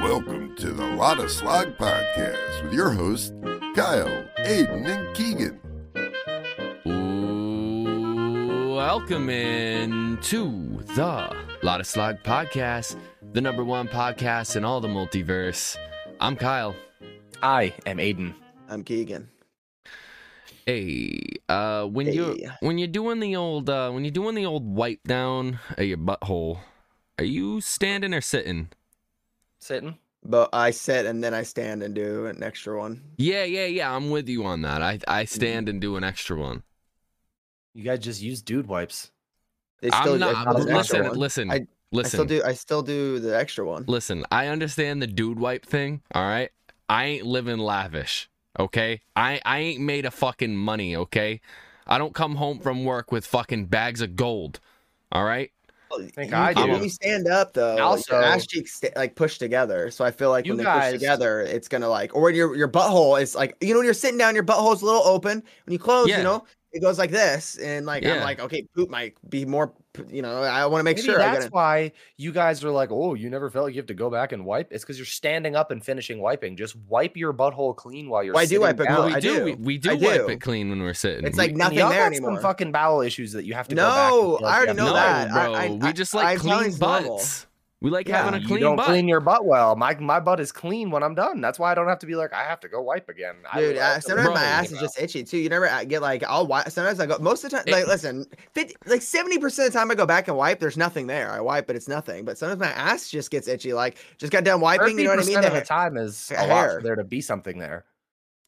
Welcome to the Lot of Slog podcast with your hosts, Kyle, Aiden, and Keegan. Ooh, Welcome in to the Lot of Slog podcast, the number one podcast in all the multiverse. I'm Kyle. I am Aiden. I'm Keegan. Hey, uh, when you're Hey. when you're doing the old uh, when you're doing the old wipe down of your butthole, are you standing or sitting? Sitting? But I sit and then I stand and do an extra one. Yeah, yeah, yeah. I'm with you on that. I I stand and do an extra one. You guys just use dude wipes. They I'm I not. call it an extra listen, one. listen, I- I listen. still do. I still do the extra one. Listen, I understand the dude wipe thing, all right? I ain't living lavish, okay? I, I ain't made a fucking money, okay? I don't come home from work with fucking bags of gold, all right? I think I do. When you stand up though, also, Also- your ass cheeks sta- like push together. So I feel like You when they guys- push together, it's gonna like, or when your your butthole is like, you know, when you're sitting down, your butthole's a little open. When you close, Yeah. you know, it goes like this, and like I'm Yeah. like, okay, poop might be more. You know, I want to make Maybe sure. I that's gotta, why you guys are like, oh, you never felt like you have to go back and wipe. It's because you're standing up and finishing wiping. Just wipe your butthole clean while you're. Well, I do sitting wipe it down. clean. we I do, do. We, we do I wipe do. it clean when we're sitting. It's like we, nothing y'all there got anymore. Some fucking bowel issues that you have to. go back and No, feel like I you already have know to no, wipe. that. bro. I- I- we just I- like I'm telling you, clean it's normal. butts. We like Yeah, having a You clean don't butt. clean your butt well. My my butt is clean when I'm done. That's why I don't have to be like I have to go wipe again. I Dude, would- I, that's the sometimes worst my thing ass is about- just itchy too. You never uh, get like I'll wipe. Sometimes I go. Most of the time, It- like listen, 50, like seventy percent of the time I go back and wipe. There's nothing there. I wipe, but it's nothing. But sometimes my ass just gets itchy. Like just got done wiping. You know what I 30% mean? Of The- the time is a a lot hair. for there to be something there.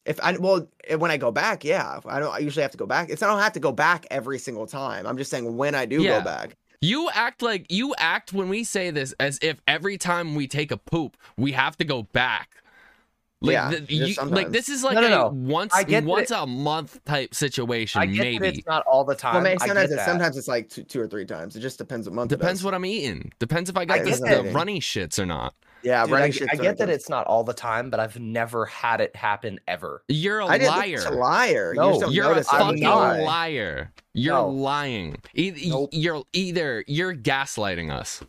If I well, eh, when I go back, yeah, if I don't. I usually have to go back. It's I don't have to go back every single time. I'm just saying when I do Yeah. go back. You act like you act when we say this as if every time we take a poop, we have to go back. Like, Yeah, th- just you- like sometimes. this is like No, no, no. a once I get that once a month type situation. I get that maybe it's not all the time. Well, maybe I sometimes get it's, that. sometimes it's like two, two or three times. It just depends what month. it depends is. what I'm eating. Depends if I got I this, get the that. runny shits or not. Yeah, Dude, I, running g- shit's I what get that does. it's not all the time, but I've never had it happen ever. You're a I didn't think it's a liar. liar. you No, just don't You're a notice it. I'm fucking not. liar. You're No. lying. E- Nope. You're either you're gaslighting us.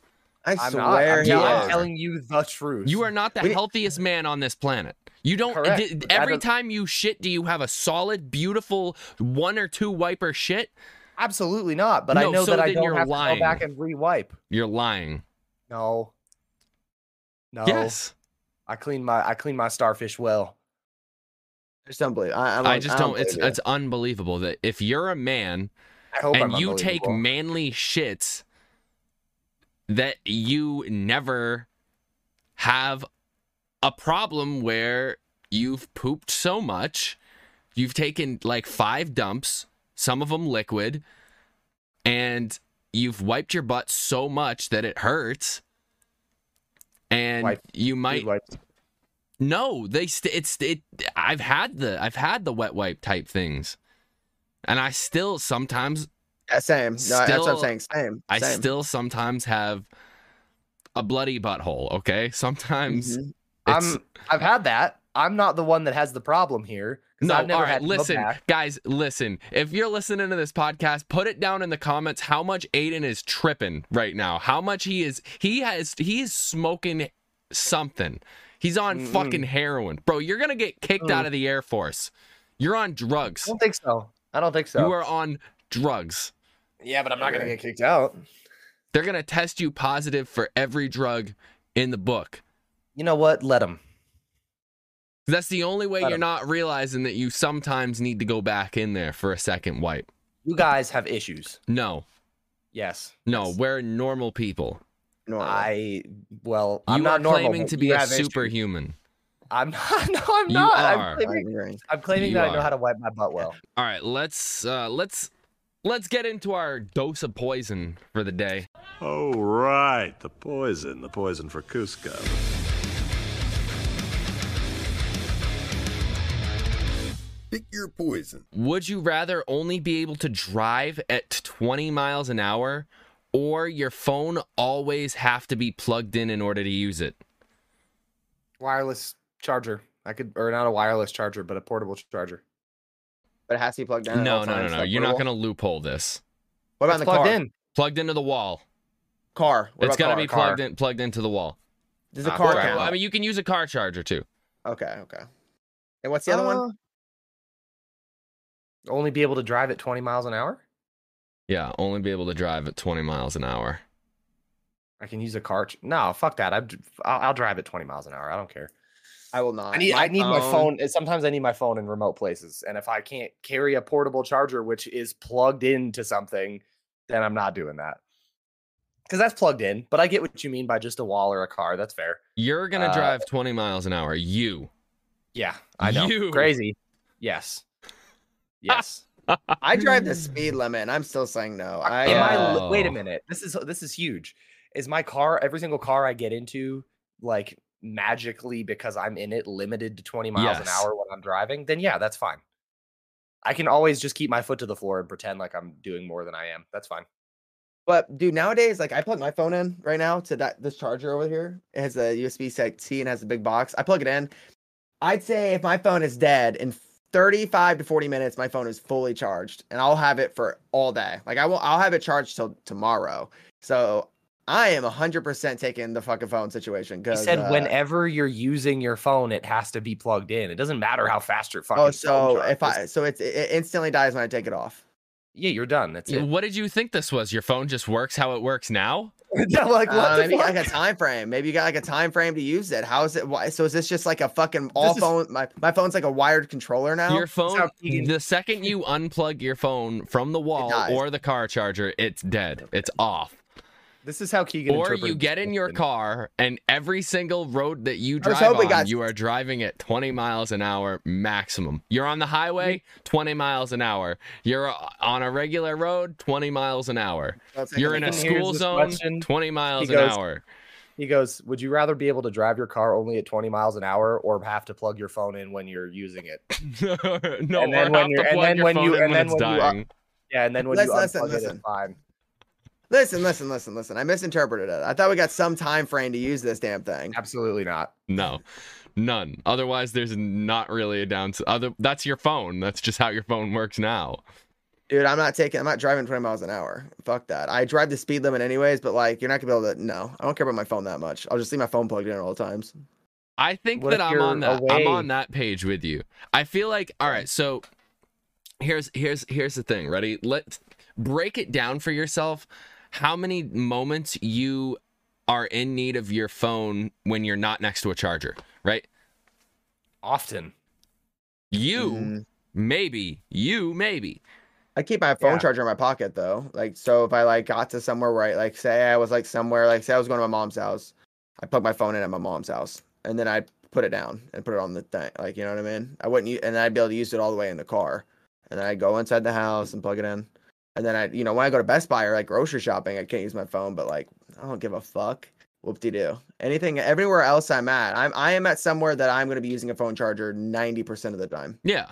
I I'm not. swear I'm, he you tell- I'm are. is. telling you the truth. You are not the We- healthiest man on this planet. You don't. Correct, d- but that every doesn't- time you shit, do you have a solid, beautiful one or two wiper shit? absolutely not. But No, I know so that I then don't you're have to lying. go back and rewipe. You're lying. No, no. Yes, I clean my I clean my starfish well. I just don't believe. I, I'm I like, just I don't. It's believe you. it's unbelievable that if you're a man I hope and I'm you take unbelievable. manly shits, that you never have a problem where you've pooped so much, you've taken like five dumps, some of them liquid, and you've wiped your butt so much that it hurts. And Wipe. you might Dude, wipes. no, they st- it's it. I've had the I've had the wet wipe type things, and I still sometimes Yeah, Uh, same. No, that's what Still- I'm saying. Same. I same. still sometimes have a bloody butthole. Okay, sometimes Mm-hmm. Mhm. it's- I'm I've had that. I'm not the one that has the problem here. 'cause no. I've never all right, had to go listen, back. guys, listen. If you're listening to this podcast, put it down in the comments how much Aiden is tripping right now. How much he is he has he is smoking something. He's on Mm-mm. fucking heroin, bro. You're gonna get kicked out of the Air Force. You're on drugs. I don't think so. I don't think so. You are on drugs. yeah, but I'm not gonna Okay. get kicked out. They're gonna test you positive for every drug in the book. You know what? Let him. That's the only way Got you're it. not realizing that you sometimes need to go back in there for a second wipe. You guys have issues. No, Yes. no, Yes. we're normal people. Oh. Normal. I well, You I'm not are normal, claiming but to be you a have issues. superhuman. I'm not. No, I'm You not. are. I'm I claiming, agree. I'm claiming You that I know are. how to wipe my butt well. All right, let's uh, let's let's get into our dose of poison for the day. Oh, right. The poison. The poison for Cusco. Pick your poison. Would you rather only be able to drive at 20 miles an hour, or your phone always have to be plugged in in order to use it? Wireless charger. I could, or not a wireless charger, but a portable charger. But it has to be plugged in. at No, no, all no, times, no. so You're not portable. gonna loophole this. What about It's the plugged car? in. plugged into the wall. Car. What it's about gotta car? be car? plugged in, plugged into the wall. Does the Ah, car all right. count? Well, I mean, you can use a car charger too. okay, okay. And what's the other Uh, one? Only be able to drive at 20 miles an hour? Yeah, only be able to drive at 20 miles an hour. I can use a car. ch- No, fuck that. I'd, I'll, I'll drive at 20 miles an hour. I don't care. I will not. I need I need Uh, my um, phone. and Sometimes I need my phone in remote places, and if I can't carry a portable charger which is plugged into something, then I'm not doing that. Because that's plugged in. But I get what you mean by just a wall or a car. That's fair. You're gonna Uh, drive 20 miles an hour. You. Yeah, I know. You. Crazy. Yes. Yes. I drive hmm. the speed limit. and I'm still saying no. I, Am uh, I li- wait a Oh. minute. This is this is huge. Is my car every single car I get into like magically because I'm in it limited to 20 miles an Yes. hour when I'm driving? Then yeah, that's fine. I can always just keep my foot to the floor and pretend like I'm doing more than I am. That's fine. But dude, nowadays, like I plug my phone in right now to that this charger over here. It has a USB Type C and has a big box. I plug it in. I'd say if my phone is dead in 35 to 40 minutes, my phone is fully charged, and I'll have it for all day. Like I will, I'll have it charged till tomorrow. So I am 100% taking the fucking phone situation. He because said uh, whenever you're using your phone, it has to be plugged in. It doesn't matter how fast your fucking Oh, phone so if charges. I so it's, it it instantly dies when I take it off. yeah, you're done. That's it. What did you think this was? Your phone just works how it works now? Yeah, like what Uh, the maybe you got fuck? like a time frame. Maybe you got like a time frame to use it. How is it? Why? So is this just like a fucking all is- phone? My my phone's like a wired controller now. Your phone. how Keegan- The second you unplug your phone from the wall dies. or the car charger, it's dead. It's off. This is how Or Keegan. you interpreted get in your Justin. car, and every single road that you I was drive hoping on, guys- you are driving at 20 miles an hour maximum. You're on the highway, 20 miles an hour. You're uh, on a regular road, 20 miles an hour. So it's like You're in a here's school this zone, question. 20 miles He an goes- hour. He goes, Would you rather be able to drive your car only at 20 miles an hour or have to plug your phone in when you're using it? no, And or then when have to you're- and plug then your when phone you- in and then it's when you are- dying. Yeah, and then when you Listen, listen, unplug it, listen. it's fine. Listen, listen, listen, listen. I misinterpreted it. I thought we got some time frame to use this damn thing. Absolutely not. No, none. Otherwise, there's not really a downside. Other, that's your phone. That's just how your phone works now. Dude, I'm not taking I'm not driving 20 miles an hour. Fuck that. I drive the speed limit anyways, but like you're not gonna be able to no. I don't care about my phone that much. I'll just leave my phone plugged in at all times. I think What that if I'm on you're that. I'm away? on that page with you. I feel like all right. So here's here's here's the thing. Ready? Let's break it down for yourself. How many moments you are in need of your phone when you're not next to a charger? Right? Often. You Mm. maybe. You maybe. I keep my phone Yeah. charger in my pocket though. Like so if I like got to somewhere where I like say I was like somewhere, like say I was going to my mom's house, I plug my phone in at my mom's house and then I put it down and put it on the thing. Like, you know what I mean? I wouldn't u- and then I'd be able to use it all the way in the car. And then I go inside the house and plug it in. And then I you know, when I go to Best Buy or like grocery shopping, I can't use my phone, but like I don't give a fuck. Whoop de doo. Anything everywhere else I'm at, I'm I am at somewhere that I'm gonna be using a phone charger ninety percent of the time. Yeah.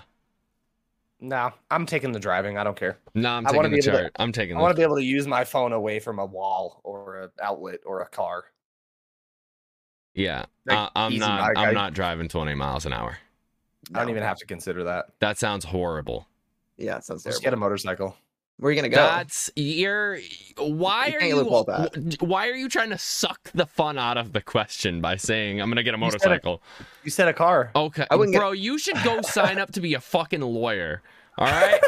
No, I'm taking the driving. I don't care. No, I'm I wanna taking the be able to- chart. I'm taking I the want to be able to use my phone away from a wall or a outlet or a car. Yeah, Like, uh, I'm easy not. mark, I'm I- not driving 20 miles an hour. I don't No. even have to consider that. That sounds horrible. Yeah, it sounds Just terrible. get a motorcycle. Where are you gonna go? That's you're. Why You are can't you? loophole that. wh- Why are you trying to suck the fun out of the question by saying I'm gonna get a You said it. motorcycle? You said a car. Okay, I wouldn't get- bro, you should go sign up to be a fucking lawyer. All right.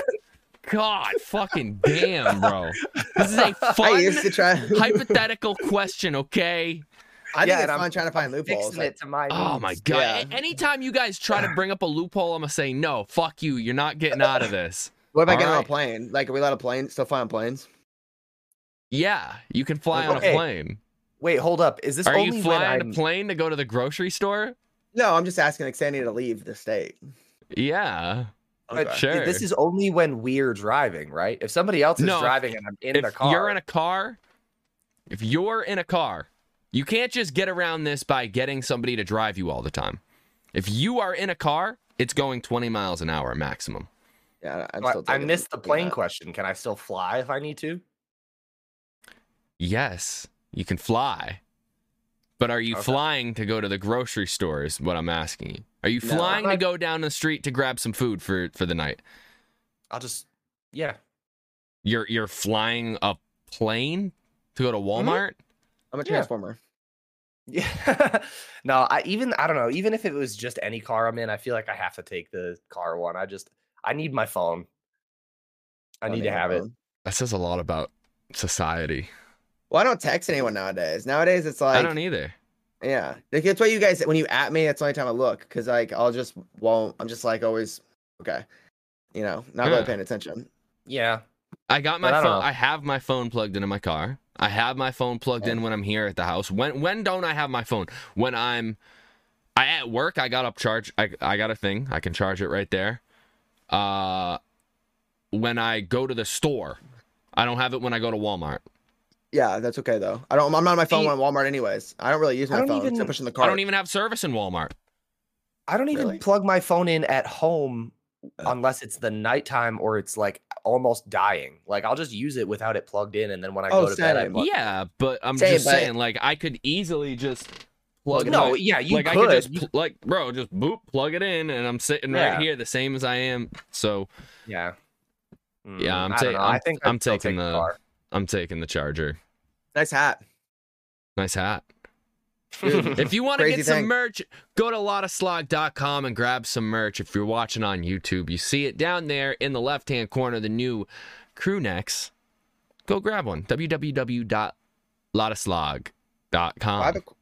God, fucking damn, bro. This is a I fun used to try. hypothetical question. Okay. I Yeah, think and it's I'm fun trying to find loopholes. Like, to my Oh my god. Yeah. A- Anytime you guys try to bring up a loophole, I'm gonna say no. Fuck you. You're not getting out of this. what about All getting on a right. plane? Like, are we allowed a plane? Still fly on planes? Yeah, you can fly on a Okay. plane. Wait, hold up. Is this Are only you when flying I'm- a plane to go to the grocery store? No, I'm just asking, like, say I need to leave the state. Yeah. But Okay. Sure. This is only when we're driving, right? If somebody else is No, if- driving and I'm in if the car, you're in a car, if you're in a car, you can't just get around this by getting somebody to drive you all the time. If you are in a car, it's going 20 miles an hour maximum. Yeah, I'm So I- still. I taking- missed the taking plane that. question. Can I still fly if I need to? Yes, you can fly. But are you Okay. flying to go to the grocery store is what I'm asking you. Are you No. flying to Right. go down the street to grab some food for, for the night? I'll just, yeah. You're you're flying a plane to go to Walmart? I'm a Yeah. transformer. Yeah. no, I even I don't know, even if it was just any car I'm in, I feel like I have to take the car one. I just I need my phone. I don't need need to my have it. phone. That says a lot about society. Well, I don't text anyone nowadays. Nowadays, it's like I e-, don't either. Yeah, like that's why you guys when you at me, that's the only time I look because like I'll just won't. I'm just like always okay, you know, not Yeah. really paying attention. Yeah. I got But my I don't phone. know. I have my phone plugged into my car. I have my phone plugged in when I'm here at the house. When when don't I have my phone? When I'm I at work, I got up charge. I I got a thing. I can charge it right there. Uh when I go to the store, I don't have it when I go to Walmart. Yeah, that's okay though. I don't. I'm not on my phone See- when I'm at Walmart anyways. I don't really use I my don't phone. even- except pushing the I cart. don't even have service in Walmart. I don't even Really? plug my phone in at home Uh. unless it's the nighttime or it's like almost dying. Like I'll just use it without it plugged in and then when I Oh, go to bed I same. plug Yeah, but I'm Same, just but- saying like I could easily just plug it in. No, yeah, you like I could. could just pl- like bro, just boop, plug it in and I'm sitting Yeah. right here the same as I am. So yeah. Yeah, Mm, I'm I ta- don't know. I'm- I think I'd I'm still taking take the- car. I'm taking the charger. Nice hat. Nice hat. Dude, If you want to Crazy get some thing. merch, go to lottaslog.com and grab some merch. If you're watching on YouTube, you see it down there in the left hand corner, the new crew necks. Go grab one. I have a, Um, www.lottaslog.com. qu-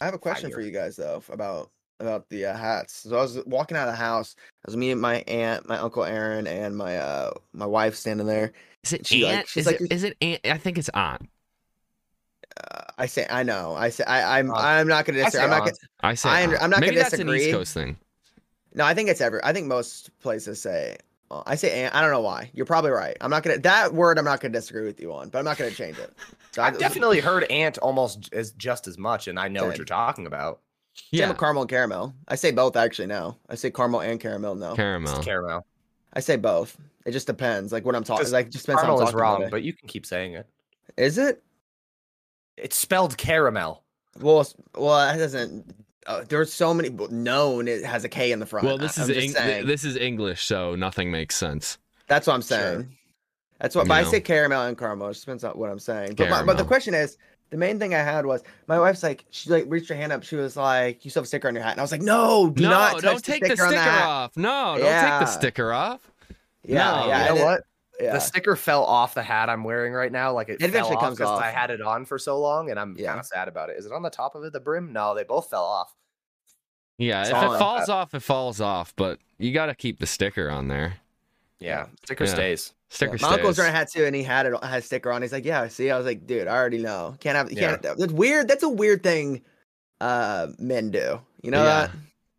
I have a question for Fire. you guys though f- about about the uh, hats. So I was walking out of the house. I was me and my aunt, my uncle Aaron, and my uh my wife standing there. Is it She like- aunt? she's Is like it, is it aunt? I think it's aunt. Uh, I say I know. I say I, I'm Uh, I'm not gonna I say disagree. I'm not aunt. gonna, I say I aunt. under- I'm not Maybe gonna that's an disagree. East Coast thing. No, I think it's ever. I think most places say. uh, I say aunt. I don't know why. You're probably right. I'm not gonna that word. I'm not gonna disagree with you on, but I'm not gonna change it. So I I've definitely heard ant almost j- as just as much, and I know what Same. you're talking about. Same Yeah. with caramel and caramel. I say both actually. No, I say caramel and caramel. No, It's Caramel. caramel. I say both. It just depends. Like what I'm talking. Just Like just depends. Caramel how I'm is talking about eh? wrong, it. but you can keep saying it. is it? It's spelled caramel. Well, s- well, that doesn't. Uh, there's so many but known. It has a K in the front. Well, this I- is I'm just Eng- saying. this is English, so nothing makes sense. That's what I'm Sure. saying. That's what. But You I know. say caramel and caramel. It just depends on what I'm saying. But, my, but the Caramel. question is, the main thing I had was my wife's like she like reached her hand up. She was like, "You still have a sticker on your hat," and I was like, "No, do no, not touch don't take the sticker, on the hat." off. No, don't Yeah. take the sticker off. No. Yeah, yeah. You You and know it- what? yeah. The sticker fell off the hat I'm wearing right now. Like it, It fell eventually off comes 'cause off. I had it on for so long, and I'm Yeah. kind of sad about it. Is it on the top of it, the brim? No, they both fell off. Yeah, It's if all it uh, about falls off, it falls off, but you got to keep the sticker on there. Yeah, sticker Yeah. stays. Sticker My stays. uncle's wearing a hat too, and he had it had a sticker on. He's like, "Yeah, see." I was like, "Dude, I already know. Can't have. You Yeah. Can't. That's weird. That's a weird thing. Uh, men do. You Yeah. know that? Ah.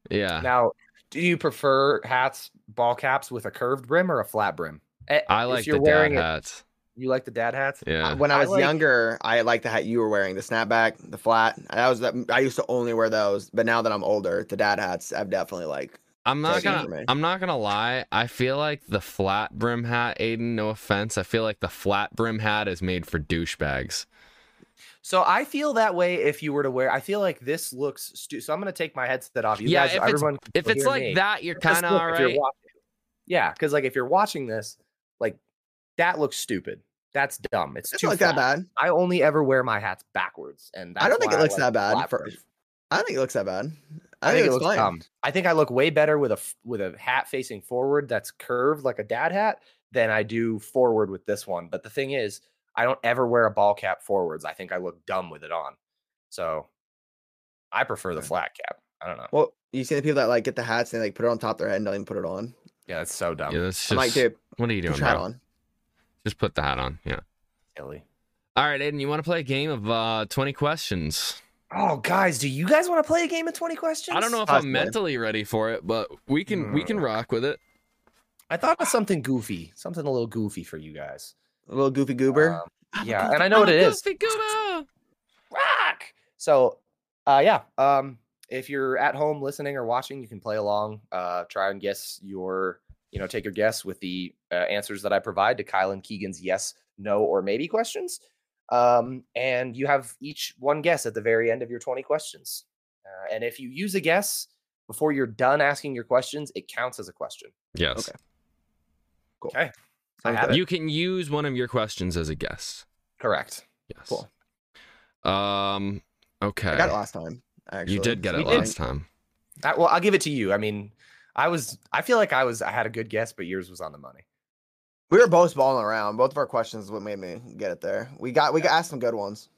Yeah. Now, do you prefer hats, ball caps with a curved brim or a flat brim? Eh, I if like you're the dad wearing it- hats. You like the dad hats? Yeah. When I I was like- younger, I liked the hat you were wearing, the snapback, the flat. That was the, I used to only wear those, but now that I'm older, the dad hats I've definitely like. I'm not That's easy for gonna. me. I'm not gonna lie. I feel like the flat brim hat, Aiden. No offense. I feel like the flat brim hat is made for douchebags. So I feel that way if you were to wear. I feel like this looks. Stu- so I'm gonna take my headset off. You Yeah, guys, if it's- everyone. can If still it's hear like me. that, you're Just kind of look all if you're right. watching. Yeah, because like if you're watching this, like that looks stupid. That's dumb. It's It's too not flat. that bad. I only ever wear my hats backwards, and I don't that's think it why looks like that the bad flat for- version. I don't think it looks that bad. I, think it it's looks fine. dumb. I think I look way better with a f- with a hat facing forward that's curved like a dad hat than I do forward with this one. But the thing is, I don't ever wear a ball cap forwards. I think I look dumb with it on. So I prefer the Okay. flat cap. I don't know. Well, you see the people that like get the hats and they like put it on top of their head and don't even put it on. Yeah, that's so dumb. Yeah, that's I'm like, just. dude, what are you put doing, your hat bro? on. Just put the hat on. Yeah. Silly. All right, Aiden. You want to play a game of uh, 20 questions? Oh, guys, do you guys want to play a game of 20 questions? I don't know if possibly. I'm mentally ready for it, but we can. We can Mm. rock with it. I thought of something goofy, something a little goofy for you guys. A little goofy goober. Um, yeah, and I know what it is. rock. So, uh, yeah. Um, if you're at home listening or watching, you can play along. Uh, try and guess your, you know, take your guess with the uh, answers that I provide to Kyle and Keegan's yes, no, or maybe questions. Um, and you have each one guess at the very end of your 20 questions. Uh, and if you use a guess before you're done asking your questions, it counts as a question. Yes. Okay. Cool. Okay. I Sounds have good. it. You can use one of your questions as a guess. Correct. Yes. Cool. Um. Okay. I got it last time. Actually, you did get We it last time. I, well, I'll give it to you. I mean, I was. I feel like I was. I had a good guess, but yours was on the money. We were both balling around. Both of our questions is what made me get it there. We got we got asked some good ones.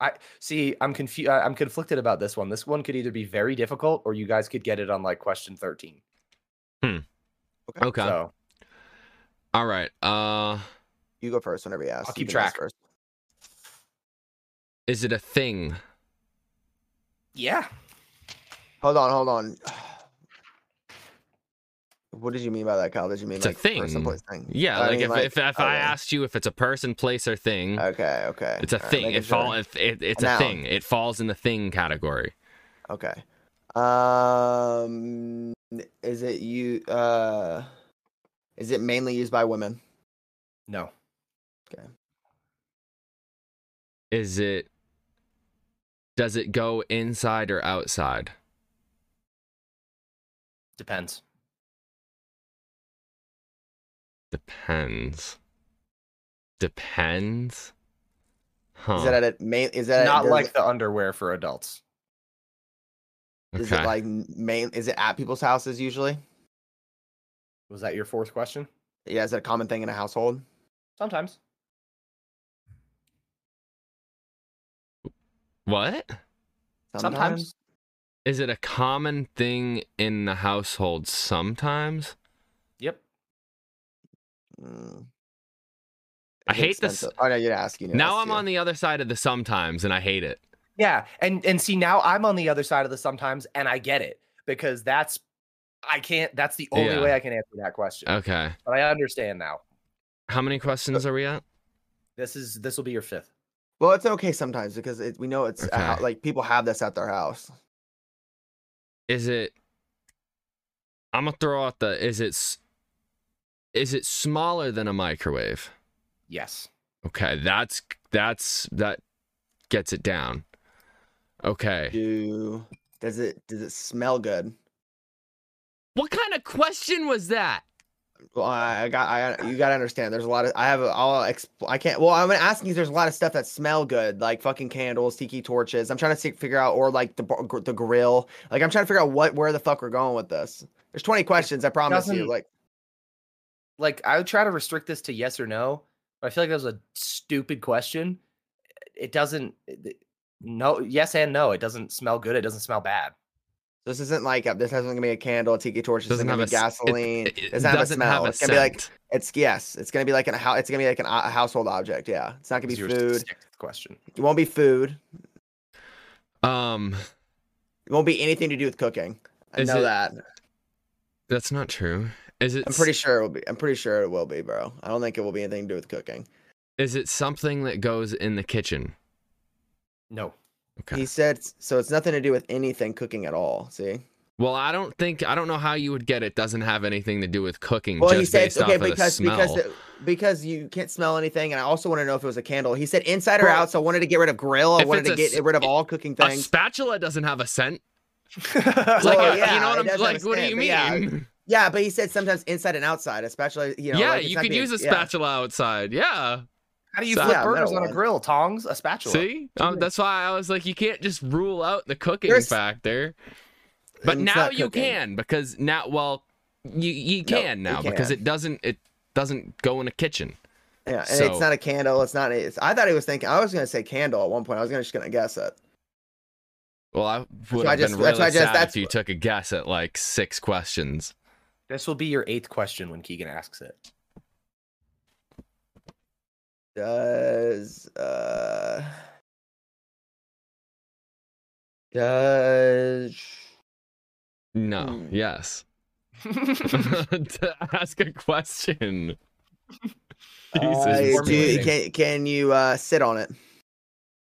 I see. I'm confused. I'm conflicted about this one. This one could either be very difficult, or you guys could get it on like question thirteen. Okay. So All right. Uh You go first whenever you ask. I'll You keep can ask track. First. is it a thing? yeah, Hold on, hold on. What did you mean by that, Kyle? Did you mean It's a like person, thing. place, thing? Yeah, I like, mean, if, if if I okay. asked you if it's a person, place or thing, Okay, okay. it's a All right, thing. making It fall sure. if it, it's A a noun. thing. It falls in the thing category. Okay. Um, is it you? Uh, is it mainly used by women? no, Is it does it go inside or outside? depends. Depends. Depends. Huh. Is that at a main? Is that Not Uh, does like it- the underwear for adults. Is it like n- main? Is it at people's houses usually? Was that your fourth question? Yeah, is it a common thing in a household? Sometimes. what? Is it a common thing in the household sometimes? Yep. Mm. Is I it hate this- expensive? Oh no, you're asking. now I'm on the other side of the sometimes and I hate it. Yeah, and and see now I'm on the other side of the sometimes, and I get it because that's I can't. That's the only Yeah. Uh way I can answer that question. Okay. But I understand now. How many Uh, questions are we at? This is this will be your fifth. Well, it's okay sometimes because it, we know it's a hou- Okay. like people have this at their house. Is it I'm going to throw out the is it s- is it smaller than a microwave? Yes. Okay, that's that's that gets it down. Okay. Do does it does it smell good? What kind of question was that? Well, I I got I you gotta understand. There's a lot of I have a, I'll expl- I can't. Well, I'm asking. you, There's a lot of stuff that smell good, like fucking candles, tiki torches. I'm trying to see, figure out, or like the bar- gr- the grill. Like I'm trying to figure out what where the fuck we're going with this. There's 20 questions. I promise you. doesn't- Like Like I would try to restrict this to yes or no, but I feel like that was a stupid question. It doesn't. it- it- No. Yes and no. It doesn't smell good. It doesn't smell bad. this isn't like a, this isn't gonna be a candle, a tiki torch. This Doesn't isn't have gonna a be s- it- gasoline. it- it doesn't have a doesn't have smell. a it's gonna be like scent. it's yes. It's gonna be like an hou- it's gonna be like an, a household object. Yeah. It's not gonna be Is your food. sixth question. It won't be food. Um It won't be anything to do with cooking. I Is know it- that. that's not true. Is it I'm pretty sure it will be. I'm pretty sure it will be, bro. I don't think it will be anything to do with cooking. Is it something that goes in the kitchen? No. Okay. He said, s- so it's nothing to do with anything cooking at all. See? Well, I don't think I don't know how you would get it. Doesn't have anything to do with cooking. Well, Mm, just he said, based it's okay, off of the because smell. because it- because you can't smell anything, and I also want to know if it was a candle. He said inside or Well, out, so I wanted to get rid of grill. I if wanted it's to a get s- rid of all cooking a things. spatula doesn't have a scent. Well, Like uh, Oh, yeah, you know it what I'm does have a like? What do scent, you but mean? yeah, Yeah, Yeah, but he said sometimes inside and outside, especially you know. like, it's you not could being- use a yeah. spatula outside. Yeah. How do you So- flip Yeah, burgers no, on a uh, grill? Tongs, a spatula. See, um, that's why I was like, you can't just rule out the cooking There's- factor. But And it's now not you cooking. can because now, well, you you No, can you now because can't. it doesn't it doesn't go in a kitchen. Yeah, and So- it's not a candle. It's not. It's, I thought he was thinking. I was gonna say candle at one point. I was gonna just gonna guess it. Well, I would why I have been just- that's really why I just- sad if that's- you took a guess at like six questions. This will be your eighth question when Keegan asks it. Does uh does No. Hmm. Yes. to ask a question. Jesus. uh, do- formulating. can can you uh sit on it?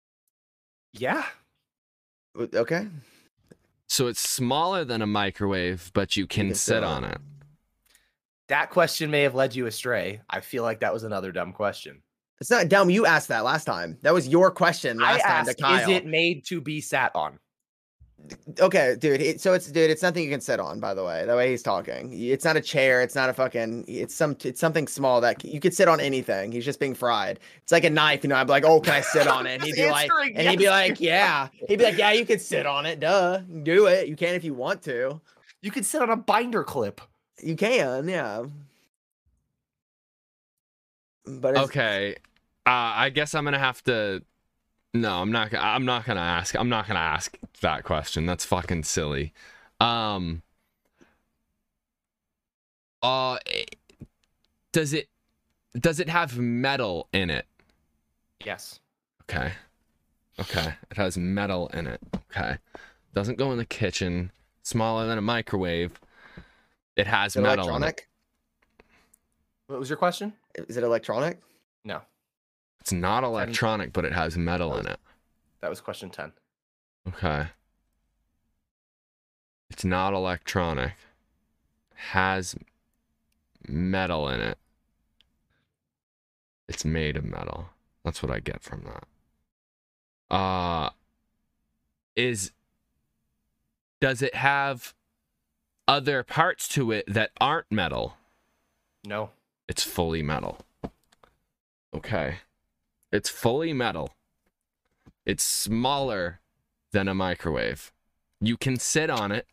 yeah. W- Okay. So it's smaller than a microwave, but you can, can sit sit on on it. That question may have led you astray. I feel like that was another dumb question. It's not dumb. You asked that last time. That was your question last I time to asked, Kyle. is it made to be sat on? Okay, dude. It, so it's dude. It's nothing you can sit on. By the way, the way he's talking, it's not a chair. It's not a fucking. It's some. It's something small that c- you could sit on anything. He's just being fried. It's like a knife. You know, I'd be like, oh, can I sit on it? And he'd be like, Answering and he'd be yes, like, yeah. He'd be like, yeah, you could sit on it. Duh, do it. You can if you want to. You could sit on a binder clip. You can, yeah. But it's, Okay. Uh, I guess I'm gonna have to. No, I'm not. gonna- I'm not gonna ask. I'm not gonna ask that question. That's fucking silly. Um. Uh, it- does it does it have metal in it? Yes. Okay. Okay. It has metal in it. Okay. Doesn't go in the kitchen. Smaller than a microwave. It has is it metal in it. electronic? What was your question? Is it electronic? No, It's not electronic, but it has metal Oh. in it. that was question ten. Okay. It's not electronic. Has metal in it. It's made of metal. That's what I get from that. Uh is does it have other parts to it that aren't metal? No. It's fully metal. Okay. It's fully metal. It's smaller than a microwave. You can sit on it.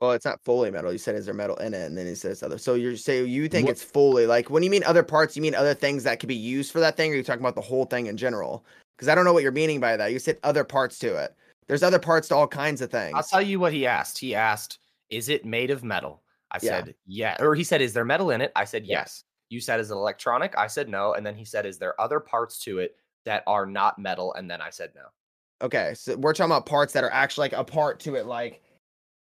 Well, "Oh, it's not fully metal. You said is there metal in it, and then he says other. So you're saying you think What- it's fully like when you mean other parts, you mean other things that could be used for that thing, or you are talking about the whole thing in general? Because I don't know what you're meaning by that. You said other parts to it. There's other parts to all kinds of things. I'll tell you what he asked. He asked, "Is it made of metal?" I Yeah. said, "Yeah." Or he said, "Is there metal in it?" I said, Yeah. "Yes." You said, "Is it electronic?" I said, "No." And then he said, "Is there other parts to it that are not metal?" And then I said, "No." Okay, so we're talking about parts that are actually like a part to it, like,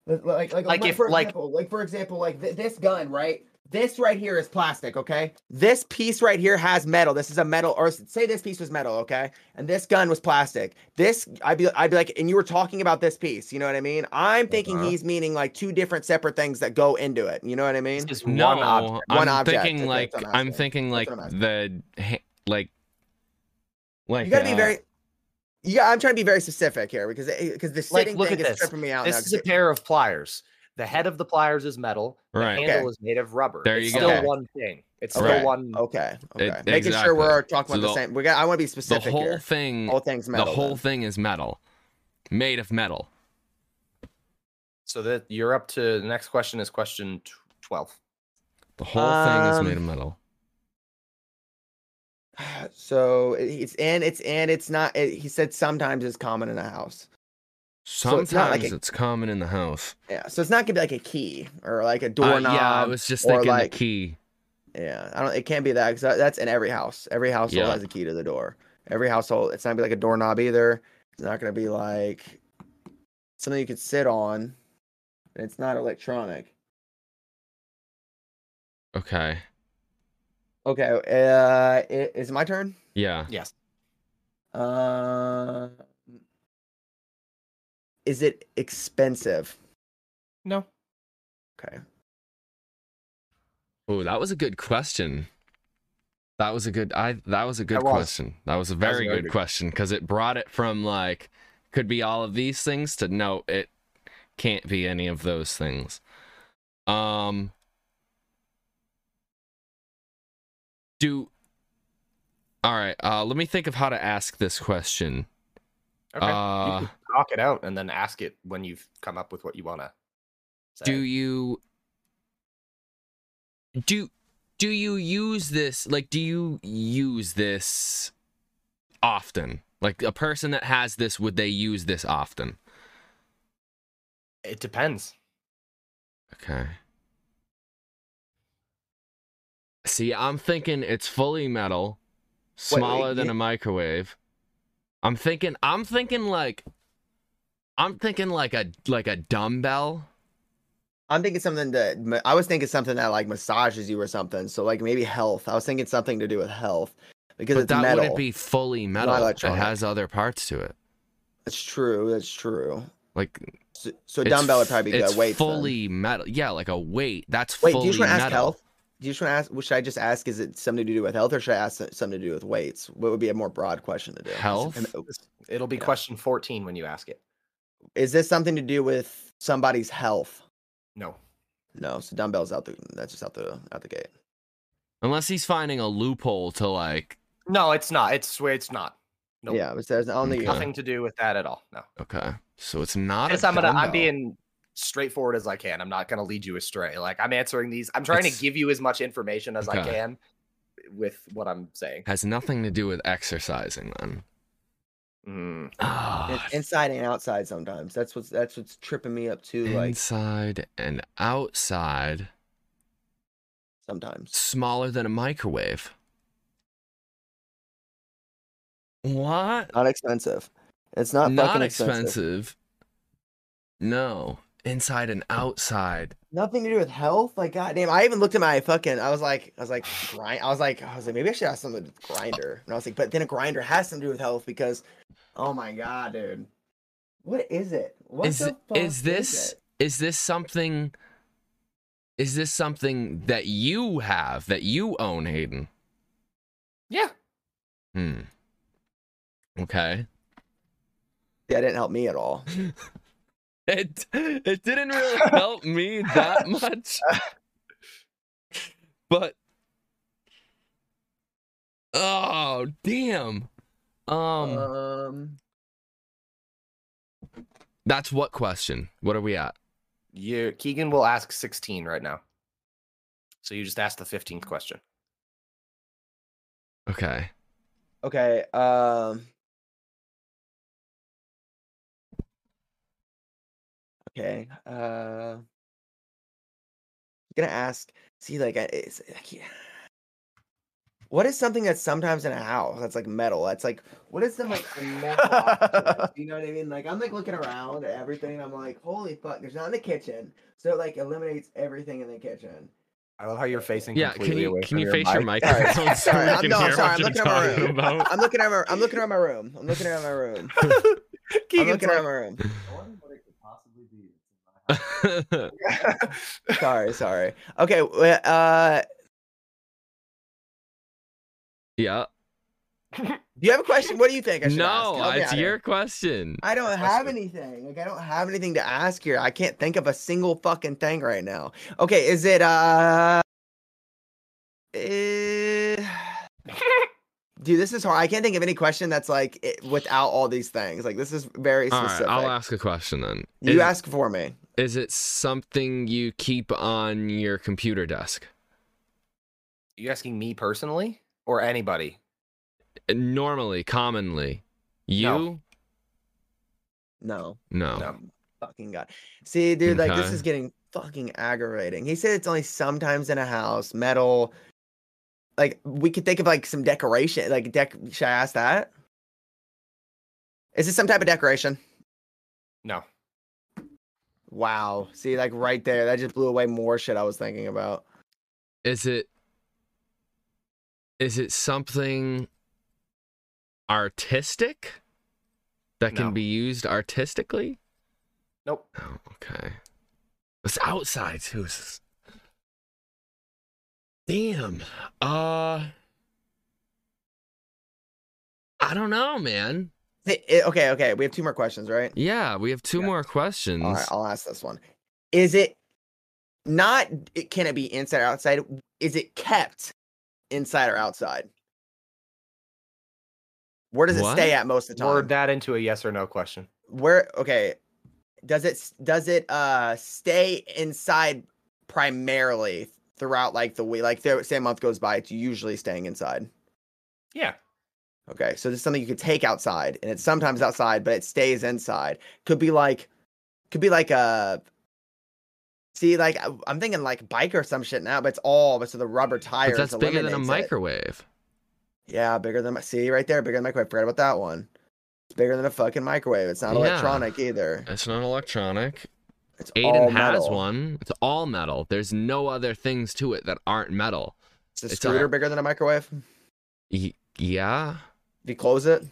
li- li- like, like, Like like if- for like- example, like for example, like thi- this gun, right? This right here is plastic, okay? This piece right here has metal. This is a metal, or s- say this piece was metal, okay? And this gun was plastic. This, I'd be, I'd be like, and you were talking about this piece, you know what I mean? I'm thinking Uh-huh. he's meaning like two different separate things that go into it, you know what I mean? This is No, one object. I'm One object, I thinking think like that's what I'm I'm asking. thinking like what I'm the ha- like like You gotta be uh, very, yeah, I'm trying to be very specific here because because the Like, sitting look thing at is this. tripping me out. now This 'cause is a it- pair of pliers. The head of the pliers is metal. The Right. handle Okay. is made of rubber. There it's you still go. Okay. one thing. It's still Okay. one. Okay. Okay. It- Making E-, exactly. sure we're talking So about the, the- same. We got. I want to be the specific whole here. thing All things metal. the whole thing is metal. Made of metal. So that you're up to the next question is question tw- twelve. The whole thing is made of Um, metal. then. So it- it's in. It's in. It's not. It, he said sometimes it's common in a house. so Sometimes it's not like it's, a- common in the house. Yeah. So it's not gonna be like a key or like a Uh, doorknob. yeah, I was just or thinking like- the key. Yeah, I don't. It can't be that because that's in every house. Every household Yeah. has a key to the door. Every household. It's not gonna be like a doorknob either. It's not gonna be like something you could sit on. And it's not electronic. Okay. Okay. Uh, i- is it my turn? Yeah. Yes. Uh, is it expensive? No. Okay. Oh, that was a good question. That was a good I that was a good That was. question. That was a was a very very good, good- question because it brought it from like could be all of these things to no, it can't be any of those things. Um Do All right, uh let me think of how to ask this question. Okay. Uh, you can talk it out and then ask it when you've come up with what you want to say. do you do do you use this like do you use this often like a person that has this would they use this often it depends. okay see i'm thinking it's fully metal Wait, wait, smaller than you- a microwave i'm thinking i'm thinking like i'm thinking like a like a dumbbell I'm thinking something that ma- I was thinking something that like massages you or something. So like maybe health. I was thinking something to do with health because but it's that metal. wouldn't be fully not metal it electronic. has other parts to it That's true. That's true. like So, so It's dumbbell would f- probably be good. It's Weight. then. fully metal. Yeah, like a weight. That's Wait. Do fully you just want to ask metal. health? Do you just want to ask? well, Should I just ask? Is it something to do with health, or should I ask something to do with weights? What would be a more broad question to do? Is it- Health? and- uh, It'll be Yeah. question 14 when you ask it. is this something to do with somebody's health? No. No, so dumbbells out the that's just out the out the gate. Unless he's finding a loophole to like, No, it's not. It's it's not. Nope. Yeah, it says only Okay. Nothing to do with that at all. No. okay, so it's not. Yes, a I'm gonna. I'm dumbbell. being straightforward as I can. I'm not gonna lead you astray. Like I'm answering these. I'm trying It's- to give you as much information as I Okay. can with what I'm saying. has nothing to do with exercising then. Mm. in- Ah, inside and outside sometimes. That's what's that's what's tripping me up too. Like inside and outside, sometimes smaller than a microwave. What? not expensive. It's not, not fucking expensive. expensive. No, inside and outside. Nothing to do with health. Like goddamn, I even looked at my fucking. I was like, I was like grind. I was like, I was like, maybe I should have something with grinder. And I was like, but then a grinder has something to do with health because, oh my god, dude, what is it? What Is the fuck is this it? is this something? Is this something that you have that you own, Hayden? Yeah. Hmm. Okay. Yeah, it didn't help me at all. It it didn't really help me that much. But oh damn. Um Um, that's what question? What are we at? You Keegan will ask 16 right now. So you just asked the 15th question. Okay. okay. Um. Okay. Uh. Gonna ask. See, like, I- it's, I can't. What is something that's sometimes in a house that's like metal? That's like, what is the like? the metal object? Like, you know what I mean? Like, I'm like looking around at everything. And I'm like, holy fuck, there's not in the kitchen, so it like eliminates everything in the kitchen. I love how you're facing Yeah, can completely you away can from you your face mic. your microphone so Sorry, we I'm- can no, I'm hear sorry, what I'm you're looking at my talking room. about? I'm looking at my, I'm looking at my room. I'm looking at my room. I'm Keegan's looking like, at my room. I Sorry, sorry. Okay, w- uh, yeah. do you have a question? What do you think? I should ask? No, Help me it's out here. your question. I don't have question. anything. Like I don't have anything to ask here. I can't think of a single fucking thing right now. Okay, is it uh, eh, Dude, this is hard. I can't think of any question that's like it, without all these things. Like this is very All right, specific. I'll ask a question then. you is, ask for me. is it something you keep on your computer desk? you asking me personally or anybody? Normally, commonly. You? No. No. No. No. Fucking god. See, dude, like this Oh. Okay. is getting fucking aggravating. He said it's only sometimes in a house, metal. Like we could think of like some decoration, like deck. Should I ask that? Is this some type of decoration? No. Wow. See, like right there, that just blew away more shit I was thinking about. Is it is it something artistic that No. can be used artistically? Nope. Oh, okay. It's outside too. It's- Damn. Uh I don't know, man. Th- eh, okay, okay. We have two more questions, right? Yeah, we have two more questions. All right, I'll ask this one. Is it not? It, can it be inside or outside? Is it kept inside or outside? Where does it What? stay at most of the time? Word that into a yes or no question. Where? Okay. Does it s- does it uh stay inside primarily throughout like the week? Like the same month goes by, it's usually staying inside. Yeah. Okay, so this is something you could take outside, and it's sometimes outside, but it stays inside. Could be like, could be like a. See, like I- I'm thinking like bike or some shit now, but it's all but so the rubber tires. But that's bigger than a eliminates it. microwave. Yeah, bigger than mi- see right there, bigger than a microwave. Forgot about that one. It's bigger than a fucking microwave. It's not Yeah. electronic either. It's not electronic. It's all Aiden has metal. one. It's all metal. There's no other things to it that aren't metal. It's a It's all- scooter bigger than a microwave. If Y- yeah. you close it,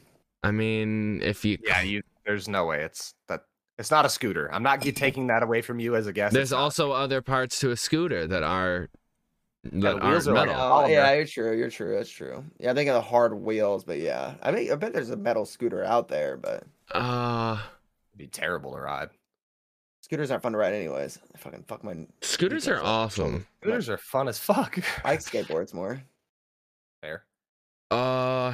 I mean, if you. Yeah. You. There's no way. It's that. It's not a scooter. I'm not get- taking that away from you as a guess. There's It's not. also other parts to a scooter that are. That the aren't wheels are like metal. a- Oh, Polymer. yeah, you're true. You're true. That's true. Yeah, I think of the hard wheels, but yeah, I mean, I bet there's a metal scooter out there, but uh, be terrible to ride. Scooters aren't fun to ride, anyways. I fucking fuck my Scooters are awesome. Scooters are fun as fuck. I like skateboards more. Fair. Uh,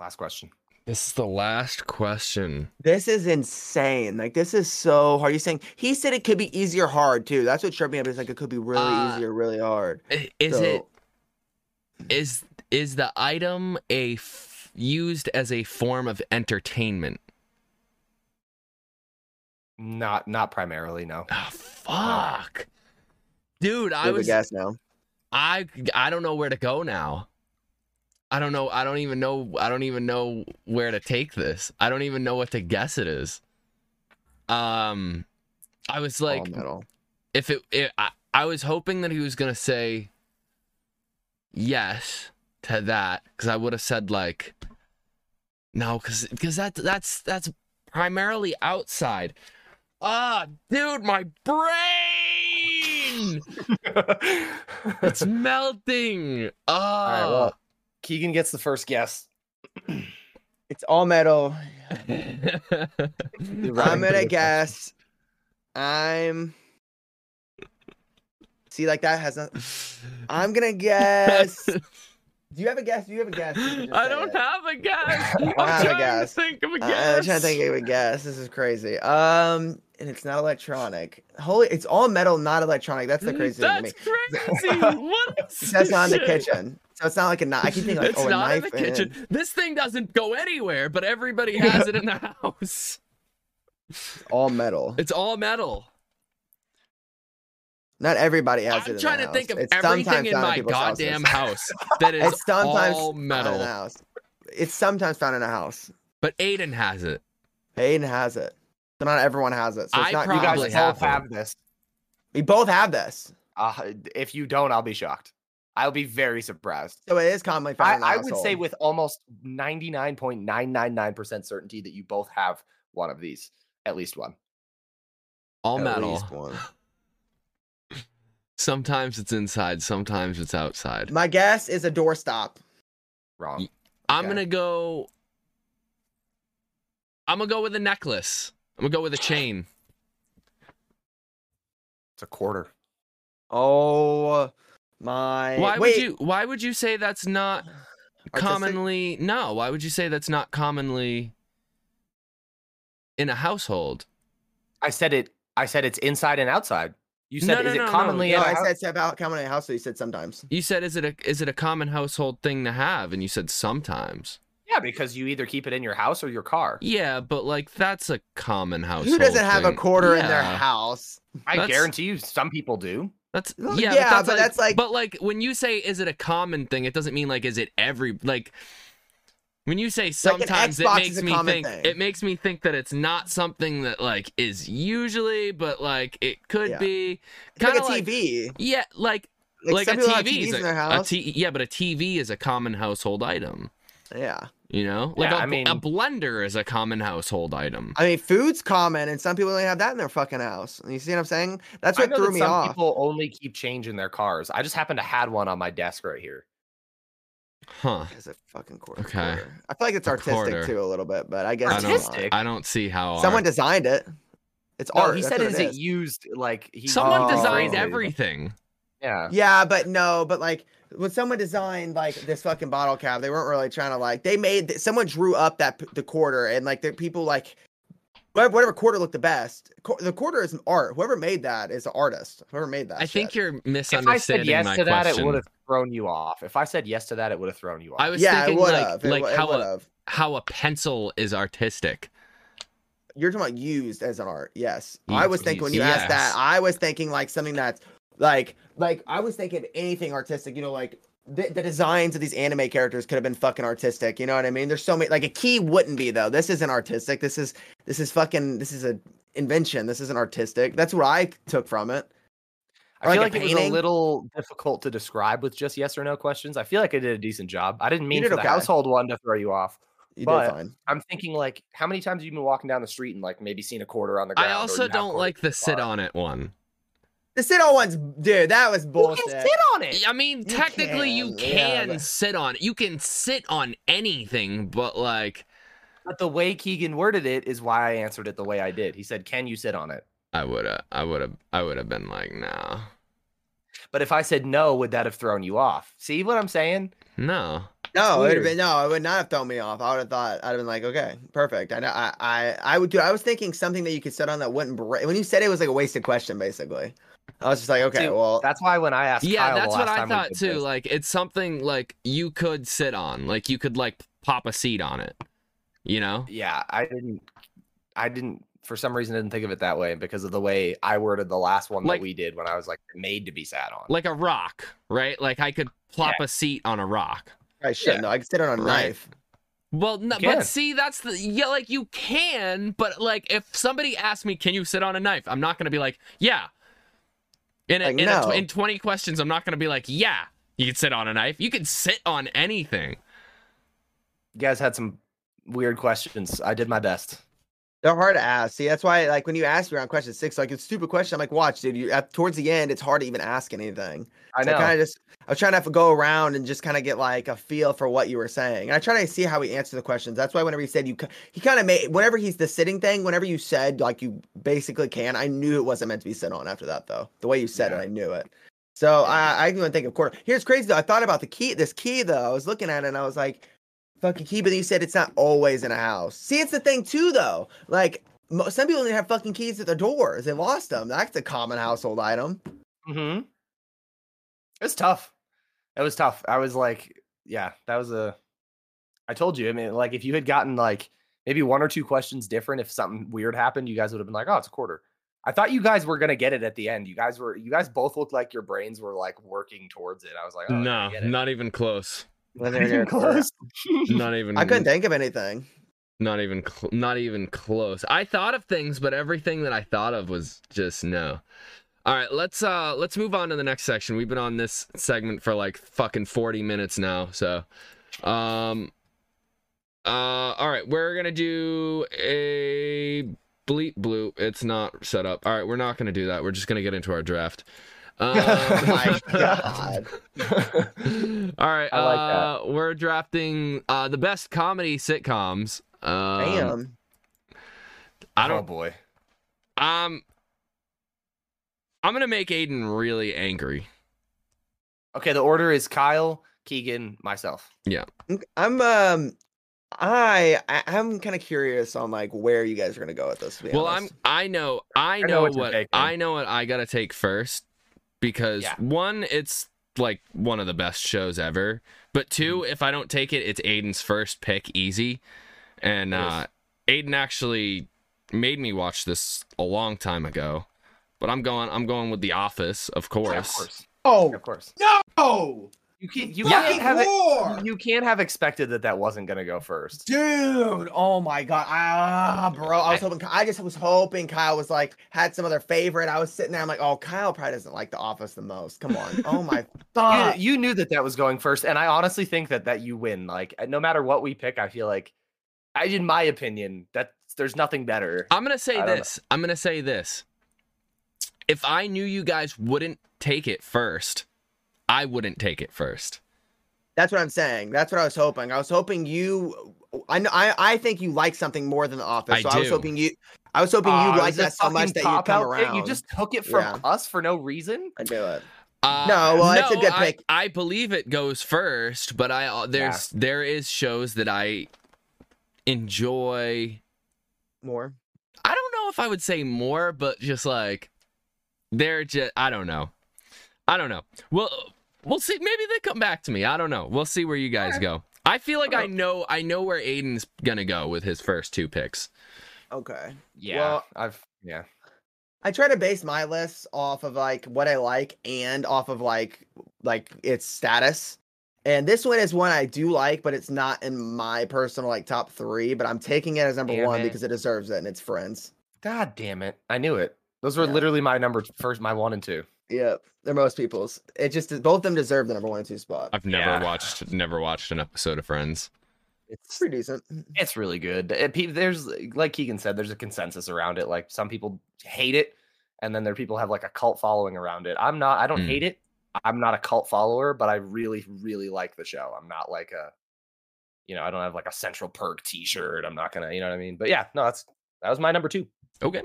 Last question. this is the last question. This is insane. Like this is so hard. He's saying he said it could be easy or hard too. That's what tripped me up. It's like it could be really Uh, easy or really hard. I- Is So- it is is the item a f- used as a form of entertainment? Not not primarily, no. Ah, fuck, dude. I I have a was guess now. I I don't know where to go now. I don't know. I don't even know. I don't even know where to take this. I don't even know what to guess it is. Um, I was like, All metal. if it, it I, I was hoping that he was gonna say yes to that because i would have said like no because because that that's that's primarily outside ah dude my brain it's melting oh right, well, Keegan gets the first guess. It's all metal. I'm Right. gonna guess. I'm. See, like that has. Not... I'm gonna guess. Do you have a guess? Do you have a guess? You can just i say don't it. have a guess I i'm don't have a trying guess. to think of a I- guess I'm trying to think of a guess. This is crazy. Um, and it's not electronic. Holy, it's all metal, not electronic. That's the crazy thing to me. Mm, that's crazy what is That's not in the this shit? kitchen. So it's not like a knife. I keep thinking like, it's oh, not a in the knife. kitchen. and- This thing doesn't go anywhere, but everybody has it in the house. It's all metal. It's all metal. Not everybody has it. I'm in trying their to think house. of It's everything sometimes in found my people's houses. goddamn house that is It's sometimes all found in the metal. house. It's sometimes found in a house. But Aiden has it. Hayden has it. So not everyone has it. So it's I not You guys Probably both you have guys. have, one. this. We both have this. Uh, if you don't, I'll be shocked. I'll be very surprised. So it is commonly found. I, in the I would say household. with almost 99.999% certainty that you both have one of these, at least one. All At metal. least one. Sometimes it's inside, sometimes it's outside. My guess is a doorstop. Wrong. Ye- I'm okay. gonna go. I'm gonna go with a necklace. I'm gonna go with a chain. It's a quarter. Oh my! Why Wait, would you? Why would you say that's not Artistic? commonly no why would you say that's not commonly in a household I said it. I said it's inside and outside. You No, said no, is no, it no, commonly? No, in a I house?" said it's about coming in the house. So you said sometimes. you said is it a is it a common household thing to have and you said sometimes yeah, because you either keep it in your house or your car. yeah but like that's a common household Who doesn't have a Oh, thing. quarter in their Yeah, house? I That's- guarantee you, some people do. that's Well, yeah, yeah, but, that's, but like, that's, like- but like when you say is it a common thing it doesn't mean like is it every like when you say sometimes Xbox it is makes a me common think thing. it makes me think that it's not something that like is usually but like it could Yeah. be It's kind like a of TV. Yeah, like Like, like, some a people have TV TVs is a, in their a house. T- yeah, but a TV is a common household item. yeah, You know, like Yeah, a, I mean- a blender is a common household item. I mean, food's common, and some people only have that in their fucking house. You see what I'm saying? That's I what know threw that me some off. people only keep change in their cars. I just happen to had one on my desk right here. Huh? It's a fucking quarter. Okay. quarter. I feel like it's A artistic quarter. too a little bit, but I guess I it's not. don't. Artistic? I don't see how Someone art- designed it. It's Oh, art. he that's said what is it it used like he someone Oh. designed Crazy. everything. Yeah. Yeah, but no, but like when someone designed like this fucking bottle cap, they weren't really trying to like they made th- someone drew up that p- the quarter and like the people like whatever, whatever quarter looked the best. Qu- the quarter is an art. Whoever made that is an artist. Whoever made that. I think shit. you're If I said misunderstanding yes my to that, question. it would have thrown you off. If I said yes to that, it would have thrown you off. I was yeah, it thinking would like have. like it, how would a, have. how a pencil is artistic. You're talking about used as an art. Yes. I Used, was thinking when you used. asked that, Yes. I was thinking like something that's like like I was thinking anything artistic, you know, like the, the designs of these anime characters could have been fucking artistic. You know what I mean? There's so many like a key wouldn't be though. This isn't artistic. This is this is fucking this is a invention. This isn't artistic. That's what I took from it. I feel like a like, it was a painting? little difficult to describe with just yes or no questions. I feel like I did a decent job. I didn't mean did for the okay. household one to throw you off. You But- did fine. I'm thinking like, how many times have you been walking down the street and like maybe seen a quarter on the ground? I or also you have don't quarters like in your the sit car? on it one. The sit on one's dude, that was You bullshit. can sit on it. I mean, technically you can, yeah, can but- sit on it. You can sit on anything, but like But the way Keegan worded it is why I answered it the way I did. He said, "Can you sit on it?" I would have, I would have, I would have been like, nah, But if I said no, would that have thrown you off? See what I'm saying? no. No, it would have Weird. been no. It would not have thrown me off. I would have thought I'd have been like, okay, perfect. I know. I I, I would do. I was thinking something that you could sit on that wouldn't break. When you said it was like a wasted question, basically, I was just like, okay, See, well, That's why when I asked, yeah, Kyle that's the what last I time we thought did too. this- Like it's something like you could sit on, like you could like pop a seat on it. You know? yeah, I didn't, I didn't for some reason didn't think of it that way because of the way I worded the last one Like- that we did when I was like made to be sat on. Like a rock, right? Like I could plop a seat on a rock. I shouldn't. though. I could sit on a Right. knife. Well, no, can. but see, that's the yeah, like you can, but like if somebody asked me, "Can you sit on a knife?" I'm not gonna be like, "Yeah." In a, Like, in, a no. tw- in 20 questions, I'm not gonna be like, "Yeah, you can sit on a knife. You can sit on anything." you guys had some weird questions. I did my best. They're hard to ask. See, that's why, like, when you ask me around question six, like, it's a stupid question. I'm like, watch, dude. You at, towards the end, it's hard to even ask anything. I So know. kind of just, I was trying to have to go around and just kind of get like a feel for what you were saying. And I try to see how he answered the questions. That's why whenever he said you, c- he kind of made whenever he's the sitting thing. Whenever you said like you basically can, I knew it wasn't meant to be sit on. After that though, the way you said it, Yeah. I knew it. So I, I didn't even think of quarter. Here's crazy though. I thought about the key, this key though. I was looking at it and I was like, fucking key. But then you said it's not always in a house. See, it's the thing too though. Like mo- some people didn't have fucking keys at their doors. They lost them. That's a common household item. Mm-hmm. hmm It was tough. It was tough. I was like, yeah, that was a. I told you. I mean, like, if you had gotten like maybe one or two questions different, if something weird happened, you guys would have been like, oh, it's a quarter. I thought you guys were gonna get it at the end. You guys were. You guys both looked like your brains were like working towards it. I was like, oh, no, not even close. Wasn't even even a quarter. close. Not even. I couldn't think of anything. Not even. Cl- not even close. I thought of things, but everything that I thought of was just no. All right, let's uh let's move on to the next section. We've been on this segment for like fucking 40 minutes now, so um uh all right, we're going to do a bleep blue. It's not set up. All right, we're not going to do that. We're just going to get into our draft. Um, Oh my god. all right, I like that. uh, we're drafting uh the best comedy sitcoms. Um, Damn. I Oh don't boy. um I'm going to make Aiden really angry. Okay. The order is Kyle, Keegan, myself. I'm- I'm um I, I I'm kind of curious on like where you guys are gonna go with this. To be Well, I'm. honest. I know. I know know what you're what. taking. I know what I gotta take first, because Yeah. one, it's like one of the best shows ever. But 2 Mm-hmm. if I don't take it, it's Aiden's first pick, easy. And It is. uh, Aiden actually made me watch this a long time ago. But I'm going. I'm going with The Office, of course. Yeah, of course. Oh Of course. Oh, You can't. You fucking can't have it. war, You can't have expected that that wasn't gonna go first. dude. Oh my god. Ah, bro. I was hoping. I just was hoping Kyle was like had some other favorite. I was sitting there. I'm like, oh, Kyle probably doesn't like The Office the most. Come on. Oh my You, god. you knew that that was going first, and I honestly think that that you win. Like uh, no matter what we pick, I feel like, I in my opinion, that there's nothing better. I'm gonna say I don't know. this. I'm gonna say this. If I knew you guys wouldn't take it first, I wouldn't take it first. That's what I'm saying. That's what I was hoping. I was hoping you. I know. I, I think you like something more than The Office. I so I was do. hoping you. I was hoping Ah, you it liked was a that so much fucking that you cop-out come pick. around. You just took it from Yeah. us for no reason. I do it. Uh, No, well, it's a good I- pick. I, believe it goes first, but I uh, there's there is shows that I enjoy. More. I don't know if I would say more, but just like they're just I don't know. I don't know. Well, we'll see. Maybe they come back to me. I don't know. We'll see where you guys go. I feel like I know I know where Aiden's gonna go with his first two picks. Okay. Yeah, Well- I've yeah. I try to base my list off of like what I like and off of like like its status. And this one is one I do like, but it's not in my personal like top three. But I'm taking it as number Damn one it. because it deserves it, and it's Friends. God damn it! I knew it. Those were Yeah. literally my number first, my one and two. Yep, they're most people's. It just both of them deserve the number one and two spot. I've never Yeah. watched never watched an episode of Friends. It's pretty decent. It's really good. It, pe- there's like Keegan said, there's a consensus around it. Like some people hate it, and then there are people have like a cult following around it. I'm not. I don't Mm. hate it. I'm not a cult follower, but I really, really like the show. I'm not like a you know, I don't have like a Central Perk T-shirt. I'm not gonna, you know what I mean? But yeah, no, that's that was my number two. Okay.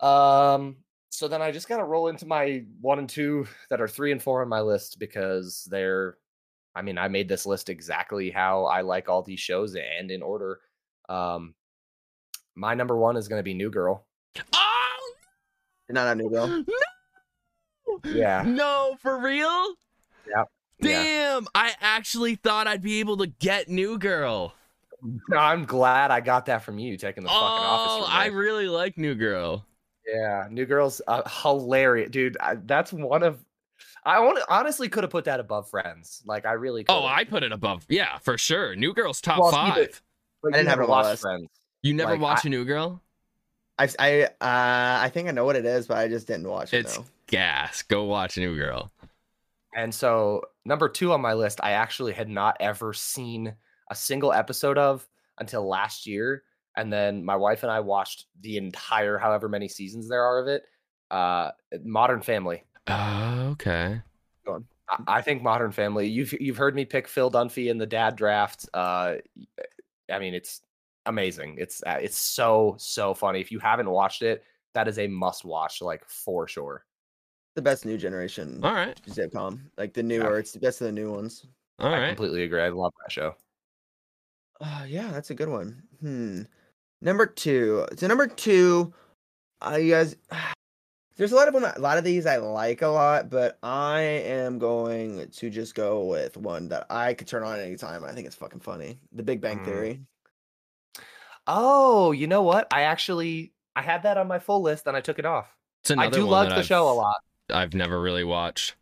Um, so then I just gotta roll into my one and two that are three and four on my list because they're, I mean, I made this list exactly how I like all these shows and in order. Um, my number one is gonna be New Girl. Oh Not on New Girl. no! Yeah. Oh, No, for real? Yep. Yeah. Damn, I actually thought I'd be able to get New Girl. No, I'm glad I got that from you taking the fucking office. Oh, from I me. really like New Girl. Yeah, New Girl's uh, hilarious, dude. I, that's one of I want honestly could have put that above Friends. Like I really. Could've. Oh, I put it above. Yeah, for sure. New Girl's top Well, see, five. but- But I you didn't have never it on my watched list. Friends. you never like, watch a New Girl? I I uh I think I know what it is, but I just didn't watch it. It's no. gas. Go watch New Girl. And so number two on my list, I actually had not ever seen a single episode of until last year. And then my wife and I watched the entire however many seasons there are of it. Uh, Modern Family. Oh, okay. I- I think Modern Family. You've you've heard me pick Phil Dunphy in the dad draft. Uh, y- I mean, it's amazing. It's uh, it's so so funny. If you haven't watched it, that is a must watch, like for sure. the best new generation All right. sitcom. Like the newer, it's the best of the new ones. All I right. completely agree. I love that show. Uh, yeah, that's a good one. Hmm. Number two. So number two, uh, you guys. There's a lot of them. A lot of these I like a lot, but I am going to just go with one that I could turn on at any time. I think it's fucking funny. The Big Bang Mm. Theory. Oh, you know what? I actually I had that on my full list and I took it off. It's another I do one love that the I've- show a lot. I've never really watched.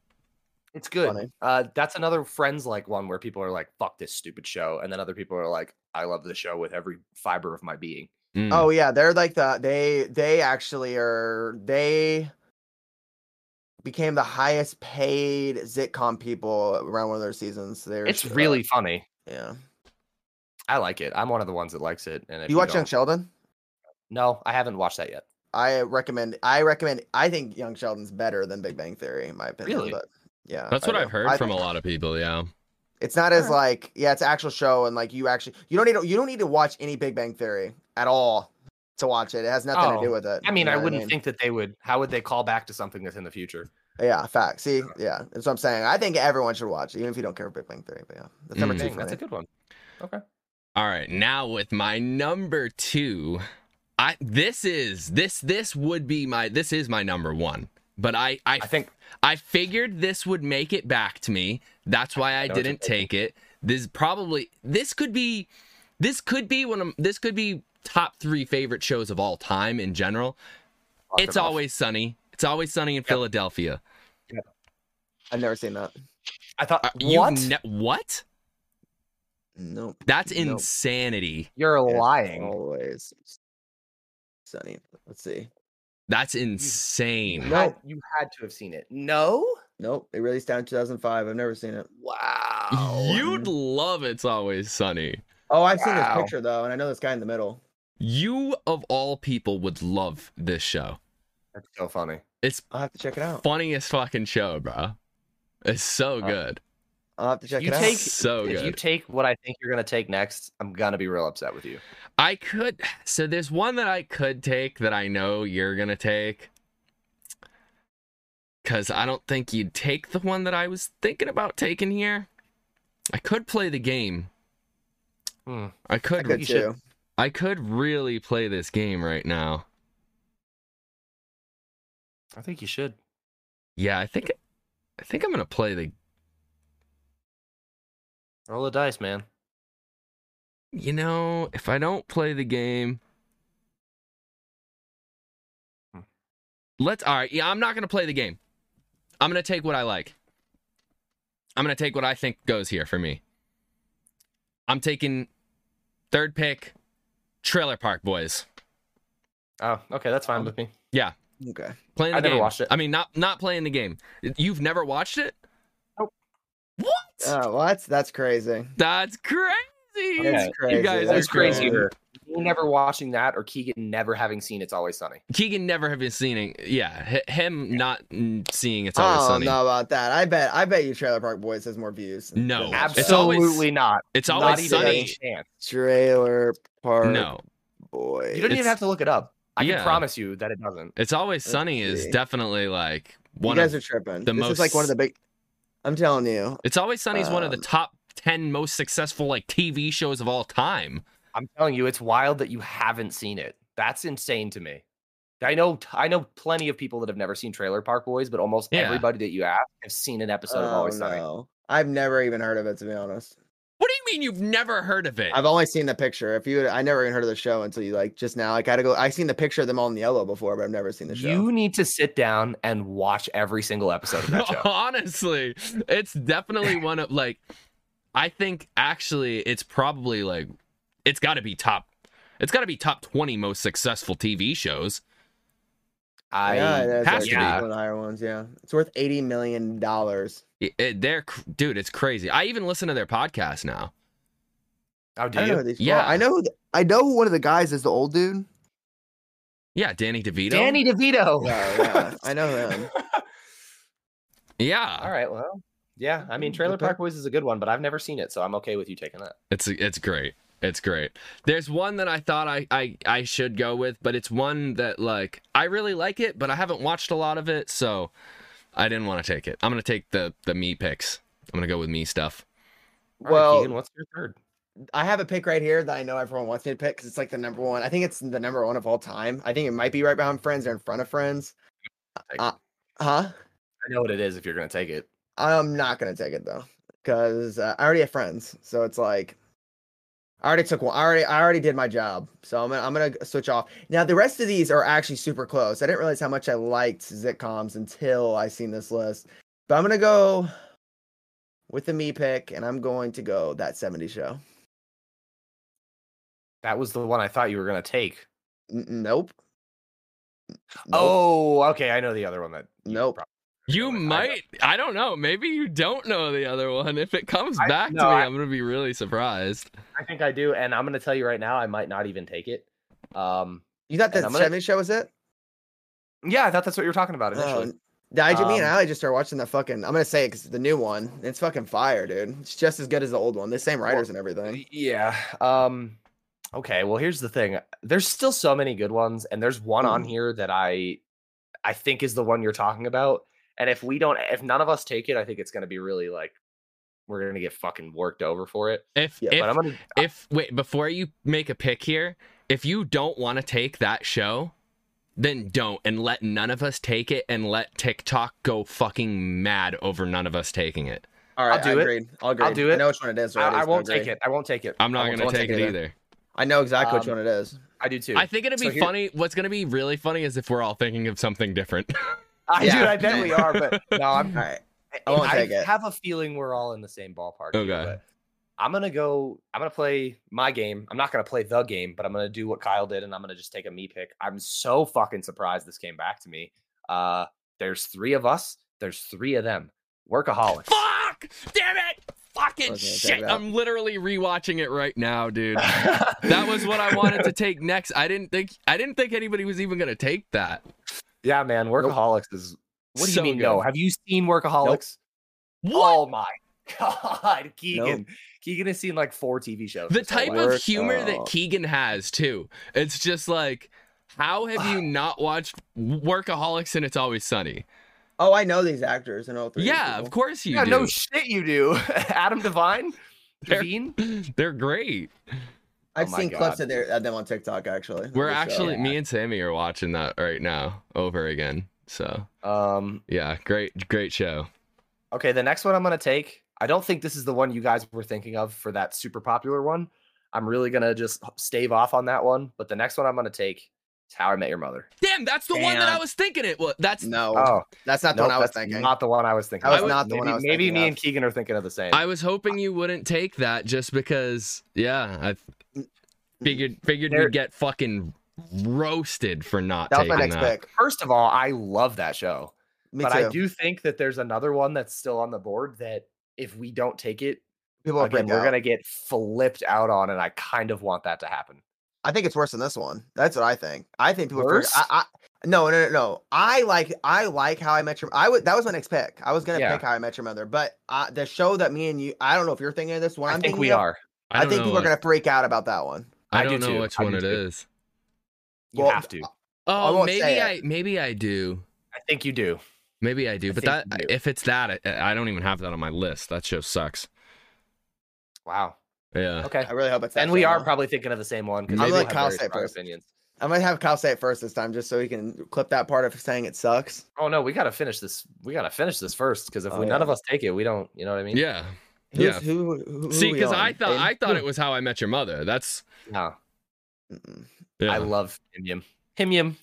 It's good. Funny. Uh, that's another friends like one where people are like, "Fuck this stupid show," and then other people are like, "I love the show with every fiber of my being." Mm. Oh yeah, they're like the they they actually are they became the highest paid sitcom people around one of their seasons. They're It's sh- uh, really funny. yeah. I like it. I'm one of the ones that likes it. And if You watch don't- Young Sheldon? No, I haven't watched that yet. I recommend. I recommend. I think Young Sheldon's better than Big Bang Theory, in my opinion. Really? But yeah, That's I what do. I've heard I from think a lot of people. Yeah. It's not as like yeah, it's an actual show, and like you actually you don't need to, you don't need to watch any Big Bang Theory at all to watch it. It has nothing to do Oh, with it. I mean, you know I what wouldn't mean? think that they would. How would they call back to something that's in the future? Yeah, fact. See, yeah, that's what I'm saying. I think everyone should watch, it, even if you don't care for Big Bang Theory. But yeah, that's number Mm. two Dang, for that's me. a good one. Okay. All right, now with my number two, I this is this this would be my this is my number one, but I I, I think I figured this would make it back to me. That's why I know what you're didn't take it. This probably this could be this could be one of this could be top three favorite shows of all time in general. Fuck it's enough. always sunny. It's always sunny in Philadelphia. I've never seen that. I thought Uh, you've what? ne- what? Nope. That's Nope. insanity. You're It's lying. Always sunny. Let's see. That's insane. No. Had- you had to have seen it. No. Nope. It released down in 2005. I've never seen it. Wow. You'd love It's Always Sunny. Oh, I've seen Wow. this picture though, and I know this guy in the middle. You, of all people, would love this show. That's so funny. It's I'll have to check it out. funniest fucking show, bro. It's so Uh, good. I'll have to check you it take- out. so if good. you take what I think you're gonna take next, I'm gonna be real upset with you. I could. So there's one that I could take that I know you're gonna take. Cause I don't think you'd take the one that I was thinking about taking here. I could play the game. Hmm. I could. I could you too. should- I could really play this game right now. I think you should. Yeah, I think. I think I'm gonna play the Roll the dice, man. you know, if I don't play the game, Hmm. let's. All right, yeah, I'm not gonna play the game. I'm gonna take what I like. I'm gonna take what I think goes here for me. I'm taking third pick, Trailer Park Boys. Oh, okay, that's fine with me. Okay. Playing the I never game. watched it. I mean, not not playing the game. You've never watched it? Nope. What? Oh, Uh, well, that's that's crazy. That's crazy. That's Yeah, crazy. guys are That's crazy. crazy. crazier. never watching that or Keegan never having seen It's Always Sunny. Keegan never having seen it. Yeah, h- him not mm, seeing it's I always don't sunny. know about that. I bet. I bet you Trailer Park Boys has more views. than No. Village. It's always- Absolutely not. It's Not always even a sunny. chance. Trailer Park No, Boys. You don't even It's- have to look it up. I Yeah. can promise you that it doesn't. it's always sunny is see. definitely like you one guys of. are tripping. the this is like one of the big. I'm telling you. It's always sunny is one of the um, top ten most successful like TV shows of all time. I'm telling you, it's wild that you haven't seen it. That's insane to me. I know, I know plenty of people that have never seen Trailer Park Boys, but almost Yeah. everybody that you ask have seen an episode of Oh, Always Sunny. no. I've never even heard of it to be honest. What do you mean you've never heard of it? I've only seen the picture. If you, I never even heard of the show until you like just now. Like I gotta go. I seen the picture of them all in yellow before, but I've never seen the show. You need to sit down and watch every single episode of that show. Honestly, it's definitely one of like I think actually it's probably like it's got to be top it's got to be top 20 most successful TV shows. I yeah, that's has like to be. one of the higher ones. Yeah, it's worth eighty million dollars. It- it- they're cr- dude, it's crazy. I even listen to their podcast now. how I Oh, do don't know you? who these. Yeah. Yeah, I know. who th- I know who one of the guys is the old dude. Yeah, Danny DeVito. Danny DeVito. Oh, No, yeah, I know him. Yeah, All right, well, yeah. I mean, Trailer Okay. Park Boys is a good one, but I've never seen it, so I'm okay with you taking that. it's it's great. It's great. There's one that I thought I, I I should go with, but it's one that like I really like it, but I haven't watched a lot of it, so I didn't want to take it. I'm gonna take the the me picks. I'm gonna go with me stuff. All right, Well- Keegan, what's your third? I have a pick right here that I know everyone wants me to pick because it's like the number one. I think it's the number one of all time. I think it might be right behind Friends or in front of Friends. Take Uh, huh? I know what it is if you're gonna take it. I'm not gonna take it though, because uh, I already have friends. So it's like, I already took one. I already, I already did my job. So I'm gonna, I'm gonna g- switch off. Now the rest of these are actually super close. I didn't realize how much I liked sitcoms until I seen this list. But I'm gonna go with the me pick, and I'm going to go that 70 show. That was the one I thought you were gonna take. N- nope. N- nope. Oh, okay. I know the other one that. you Nope. prob- You I know. might. I don't know. Maybe you don't know the other one. If it comes I- back no, to me, I, I- am gonna be really surprised. I think I do, and I'm gonna tell you right now, I might not even take it. Um, you thought and that I'm gonna- 70 show was it? yeah, I thought that's what you were talking Oh, about initially. n- I ju- me and Um, Ali just started watching the fucking. I'm gonna say it because the new one, it's fucking fire, dude. It's just as good as the old one. The same writers and everything. Yeah. Um okay, well here's the thing. There's still so many good ones and there's one on Mm. here that I I think is the one you're talking about and if we don't if none of us take it, I think it's going to be really like we're going to get fucking worked over for it. If Yeah, if but I'm going to if wait before you make a pick here, if you don't want to take that show, then don't and let none of us take it and let TikTok go fucking mad over none of us taking it. All right, do it. agreed. I'll agree. do I it. know which one it is. I, already, I so won't take agreed. it. I won't take it. I'm I not won't- gonna won't take take it it either. I know exactly which Um, one it is. I do too. I think it'd be So here- funny. What's gonna be really funny is if we're all thinking of something different. I, Yeah. Dude, I bet we are, but no, I'm All right, I- I won't take it. have a feeling we're all in the same ballpark. here, Okay. but I'm gonna go. I'm gonna play my game. I'm not gonna play the game, but I'm gonna do what Kyle did, and I'm gonna just take a me pick. I'm so fucking surprised this came back to me. Uh, there's three of us. There's three of them. Workaholics. Fuck! Damn it! Fucking Okay, take it shit! out. I'm literally rewatching it right now, dude. That was what I wanted to take next. I didn't think I didn't think anybody was even gonna take that. yeah, man. Workaholics is. What do So you mean? good. No. Have you seen Workaholics? What? Oh my god, Keegan. Keegan has seen like four TV shows. the his whole type life. of Work humor that out. Keegan has too. It's just like, how have you not watched Workaholics and It's Always Sunny? Oh, I know these actors and all three. of these Yeah, of people. course you Yeah, do. no shit, you do. Adam Devine. They're- Devine. They're great. I've Oh my seen clips God. of, their, of them on TikTok. Actually, of We're the show. actually me and Sammy are watching that right now over again. So Um, yeah, great, great show. okay, the next one I'm gonna take. I don't think this is the one you guys were thinking of for that super popular one. I'm really gonna just h- stave off on that one. But the next one I'm gonna take is How I Met Your Mother. Damn, that's the one that I Damn. was thinking it was. That's No, Oh, that's not the nope, one I was that's thinking. Not the one I was thinking. That was of. not the one I Maybe- was Maybe thinking me of. and Keegan are thinking of the same. I was hoping you wouldn't take that just because yeah, I figured figured There- we'd get fucking roasted for not that was taking my next that. pick. First of all, I love that show, Me but too. I do think that there's another one that's still on the board that if we don't take it, People are again, freaked we're out. gonna get flipped out on, and I kind of want that to happen. I think it's worse than this one. That's what I think. I think people. Worse? Worse? I, I, no, no, no, no. I like I like How I Met Your. I would that was my next pick. I was gonna Yeah. pick How I Met Your Mother, but uh, the show that me and you. I don't know if you're thinking of this one. I I'm think thinking we of, are. I, don't think know people are what- gonna freak out about that one. I I do don't know too. which I one do it too. is. You Well, have to. Oh, won't maybe say it. I maybe I do. I think you do. Maybe I do. I but that think you do. if it's that, I, I don't even have that on my list. That show sucks. Wow. Yeah. Okay. I really hope it's. that And we show, are huh? probably thinking of the same one because I'll we let have Kyle very say it strong first. opinions. I might have Kyle say it first this time, just so he can clip that part of saying it sucks. Oh no, we gotta finish this. We gotta finish this first because if Oh, we, none yeah. of us take it, we don't. You know what I mean? Yeah. Who's, Yeah. Who, who, who See, we because I on, thought Aiden? I thought it was How I Met Your Mother. That's No, Hmm, Mm-mm. yeah. I love Himyum. Himyum.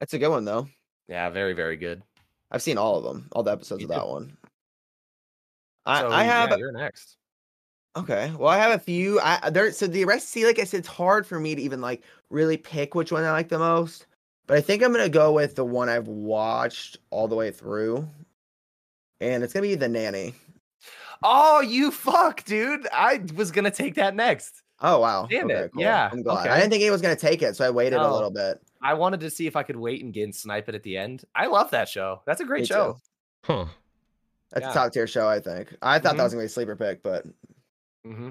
That's a good one though. Yeah, very very good. I've seen all of them, all the episodes Me of too. that one. I, So, I yeah, have you're next. Okay. Well, I have a few. I I- there. So the rest. See, like I said, it's hard for me to even like really pick which one I like the most. But I think I'm gonna go with the one I've watched all the way through, and it's gonna be the nanny. Oh, you fuck, dude! I was gonna take that next. Oh wow! Damn it, yeah, I'm glad. I okay. Oh. didn't think he was gonna take it, so I waited a No, little bit. I wanted to see if I could wait and get snipe it at the end. I love that show. That's a great Me too. show. Huh. That's Yeah. Mm-hmm. a top tier show, I think. I thought that was gonna be a sleeper pick, but hmm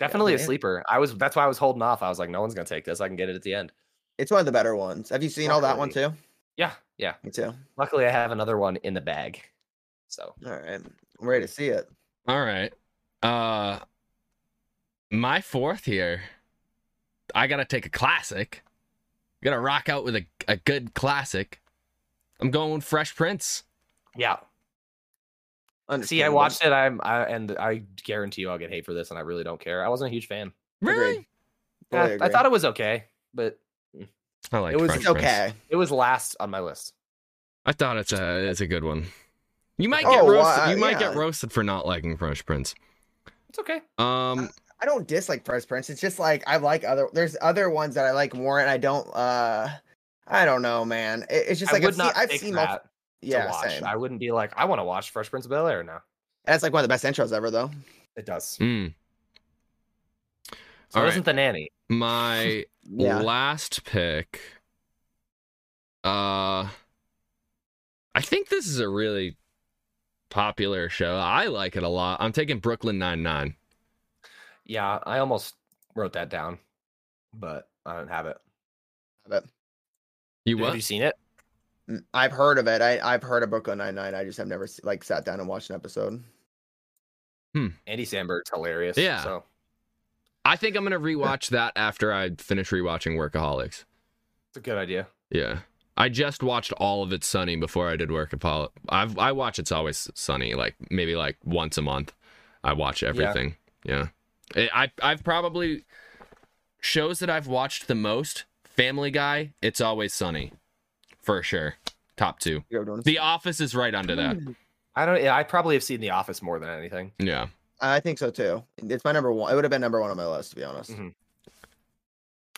Definitely a man. sleeper. I was. That's why I was holding off. I was like, no one's gonna take this. I can get it at the end. it's one of the better ones. Have you seen all that one too? Yeah, yeah. Me too. Luckily, I have another one in the bag. So All right, I'm ready to see it. All right. Uh my fourth here. I gotta take a classic. Gotta rock out with a, a good classic. I'm going with Fresh Prince. yeah. See, I Understandable. watched it. I'm I, and I guarantee you, I'll get hate for this, and I really don't care. I wasn't a huge fan. Really? Yeah, Totally I agree. thought it was okay, but I like It was- Fresh it's Prince. okay. it was last on my list. I thought it's a it's a good one. You might get Oh, well, roasted. I- you might get yeah. roasted for not liking Fresh Prince. It's okay. Um, I don't dislike Fresh Prince. It's just like I like other. There's other ones that I like more, and I don't. uh I don't know, man. It- it's just like I I've would seen. not I've pick seen. that Multi- to yeah, watch. same. I wouldn't be like, I want to watch Fresh Prince of Bel Air now. That's like one of the best intros ever, though. It does. mm. So all it isn't the nanny. my Yeah. last pick uh i think this is a really popular show i like it a lot i'm taking brooklyn 99 Yeah, I almost wrote that down, but I don't have it. But you Have what you seen it? mm, I've heard of it. I, I've heard of Brooklyn Nine Nine. I just have never s- like sat down and watched an episode. Andy Samberg's hilarious. Yeah. So i think i'm gonna rewatch that after i finish rewatching workaholics it's a good idea. yeah i just watched all of it's sunny before i did workaholics i've i watch it's always sunny like maybe like once a month i watch everything yeah, It- i i've probably shows that i've watched the most family guy it's always sunny for sure top two You ever done the office is right under that I don't. Yeah, I probably have seen The Office more than anything. yeah I think so too. It's my number one. It would have been number one on my list, to be honest. Mhm.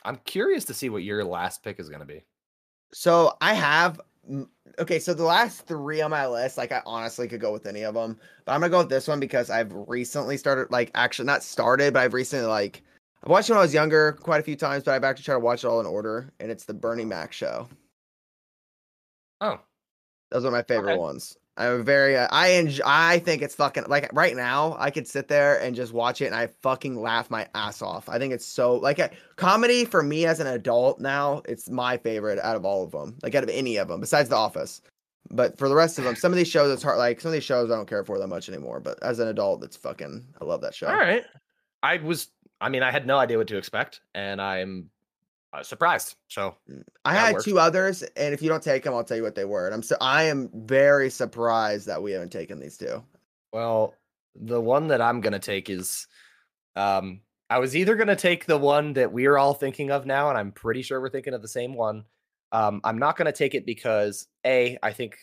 I'm curious to see what your last pick is going to be. So I have mm, okay. So the last three on my list, like I honestly could go with any of them, but I'm gonna go with this one because I've recently started, like actually not started, but I've recently like I watched it when I was younger quite a few times, but I've actually tried to watch it all in order, and it's the Bernie Mac show. Oh, Those are my favorite Okay. ones. I'm very uh, I enjoy, I think it's fucking like right now I could sit there and just watch it and I fucking laugh my ass off. I think it's so like uh, comedy for me as an adult now, it's my favorite out of all of them. Like out of any of them besides The Office. But for the rest of them, some of these shows it's hard like some of these shows I don't care for that much anymore, but as an adult it's fucking I love that show. all right. I was. I mean, I had no idea what to expect, and I'm uh, surprised. So I That had works. two others and if you don't take them I'll tell you what they were. And I'm so I am very surprised that we haven't taken these two. Well, the one that I'm gonna take is um I was either gonna take the one that we're all thinking of now, and I'm pretty sure we're thinking of the same one. Um, I'm not gonna take it because A, I think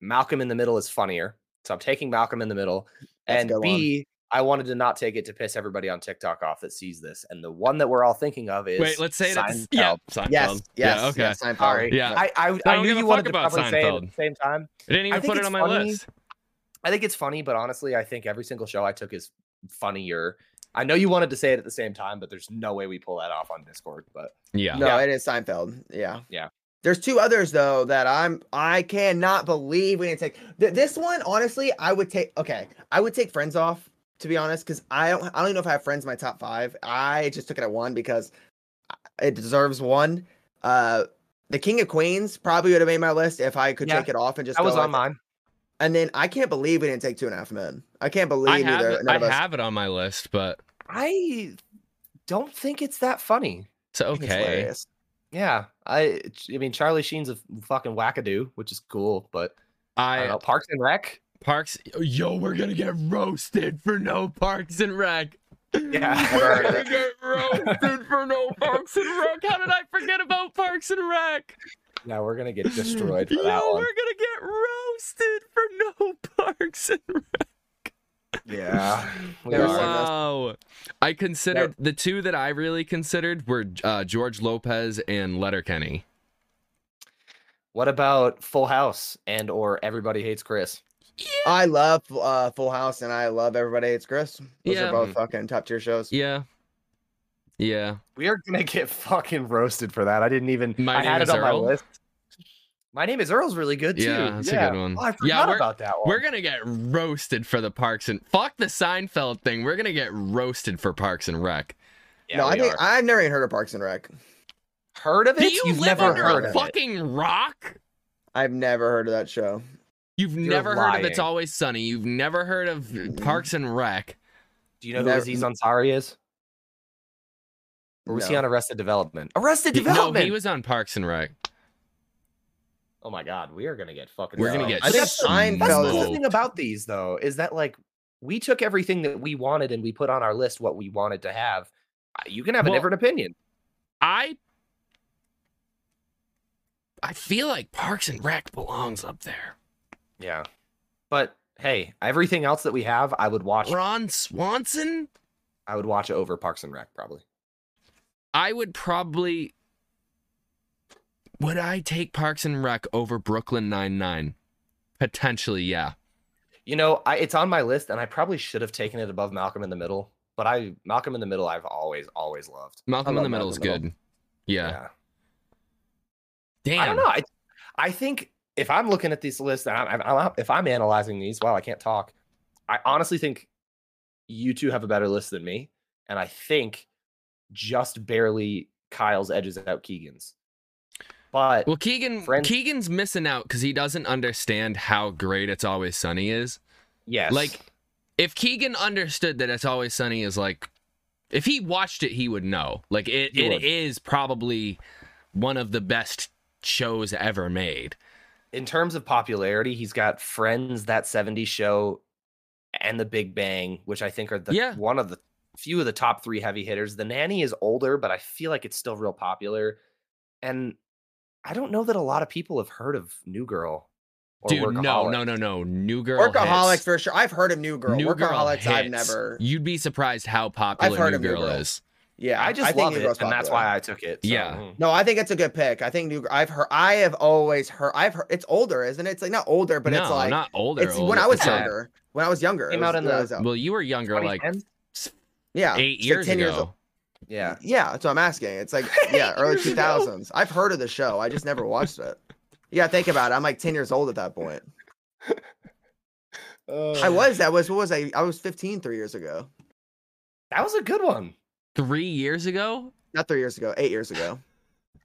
Malcolm in the Middle is funnier. So I'm taking Malcolm in the Middle. That's a and good one. B, I wanted to not take it to piss everybody on TikTok off that sees this. And the one that we're all thinking of is wait let's say it at the- Seinfeld. yeah Seinfeld. Yes, yes, yeah okay yes, Seinfeld. Sorry. Yeah. I I, I, I don't knew give a you fuck wanted to about probably say it at Seinfeld. the same time. i didn't I even think put it it's on my funny. list I think it's funny, but honestly, I think every single show I took is funnier I know you wanted to say it at the same time, but there's no way we pull that off on Discord. But Uh, Yeah. No, Yeah. it is Seinfeld. Yeah. Yeah. There's two others though that I'm I cannot believe we didn't take. Th- this one honestly, I would take okay. I would take friends off to be honest cuz I don't I don't even know if I have friends in my top 5. I just took it at 1 because it deserves one. Uh The King of Queens probably would have made my list if I could Yeah. take it off and just I go was like- on mine. And then I can't believe we didn't take two and a half men. I can't believe I have either. it, none I of us- have it on my list, but I don't think it's that funny. it's I think it's okay. hilarious. Yeah, I I mean Charlie Sheen's a fucking wackadoo, which is cool, but I don't I know. Parks and Rec. Parks. Yo, we're gonna get roasted for no Parks and Rec. Yeah. We're gonna get roasted for no Parks and Rec. How did I forget about Parks and Rec? Yeah, we're gonna get destroyed for Yo, that we're one. gonna get roasted for no Parks and Rec. Yeah, we There was are. some- Wow. I considered the two that I really considered were uh, George Lopez and Letterkenny. What about Full House and or Everybody Hates Chris? I love uh, Full House and I love Everybody Hates Chris. Those Yeah. are both fucking top tier shows. Yeah. Yeah. We are gonna get fucking roasted for that. I didn't even. My I Name had is it on Earl. my list. My name is Earl's really good too. Yeah, that's a good one. Oh, I Yeah, forgot we're- about that one. We're gonna get roasted for the Parks and fuck the Seinfeld thing. We're gonna get roasted for Parks and Rec. yeah, no, I we think are. I've never even heard of Parks and Rec. heard of it? Do you You've live never under heard a of it. fucking rock? I've never heard of that show. You've You're never heard of It's lying. Always Sunny. You've never heard of Parks and Rec. Do you know Never- who Aziz Ansari is? Or was he No. on Arrested Development? Arrested He- No, Development. he was on Parks and Rec. Oh my god, we are gonna get fucking. We're gonna smoked. get I think That's Seinfeld the is cool a- smoked. thing about these, though, is that like we took everything that we wanted and we put on our list what we wanted to have. Uh, You can have Well- a different opinion. I I feel like Parks and Rec belongs up there. Yeah, but hey, everything else that we have, I would watch. Ron Swanson? I would watch over Parks and Rec probably. I would probably would I take Parks and Rec over Brooklyn Nine Nine? Potentially, yeah. You know, I, it's on my list, and I probably should have taken it above Malcolm in the Middle. But I Malcolm in the Middle, I've always always loved. Malcolm I in the love Middle is Malcolm in good. Yeah. Damn. I don't know. I, I think if I'm looking at this list and I'm, I'm, I'm, if I'm analyzing these, wow, I can't talk. I honestly think you two have a better list than me, and I think just barely Kyle's edges out Keegan's. But Well, Keegan Friends- Keegan's missing out because he doesn't understand how great It's Always Sunny is. yes, Like, if Keegan understood that It's Always Sunny is like, if he watched it, he would know. Like, it, He it would. is probably one of the best shows ever made. in terms of popularity, he's got Friends, that '70s show, and The Big Bang, which I think are the Yeah. one of the few of the top three heavy hitters. The Nanny is older, but I feel like it's still real popular, and I don't know that a lot of people have heard of New Girl. Or Dude, no, Workaholic. no, no, no. New Girl. Workaholics hits. for sure. I've heard of New Girl. New Girl Workaholics, I've hits. never. You'd be surprised how I've popular heard New of New Girl Girl. is. Yeah, I just think love New it, Girl's and that's popular. why I took it. Yeah. mm. No, I think it's a good pick. I think New. I've heard. I have always heard. I've heard. It's older, isn't it? It's like not older, but no, it's like not older. it's when older. I was It's like- younger. When I was younger, it Came out was- in when I the- was out. Well, you were younger, like 2010? yeah, eight it's like years 10 ago. yeah. Yeah, that's what I'm asking. It's like yeah, early Years ago. 2000s. I've heard of the show. I just never watched it. Yeah, think about it. I'm like 10 years old at that point. I was. That was what was I? I was 15 three years ago. That was a good one. Three years ago? Not three years ago. Eight years ago.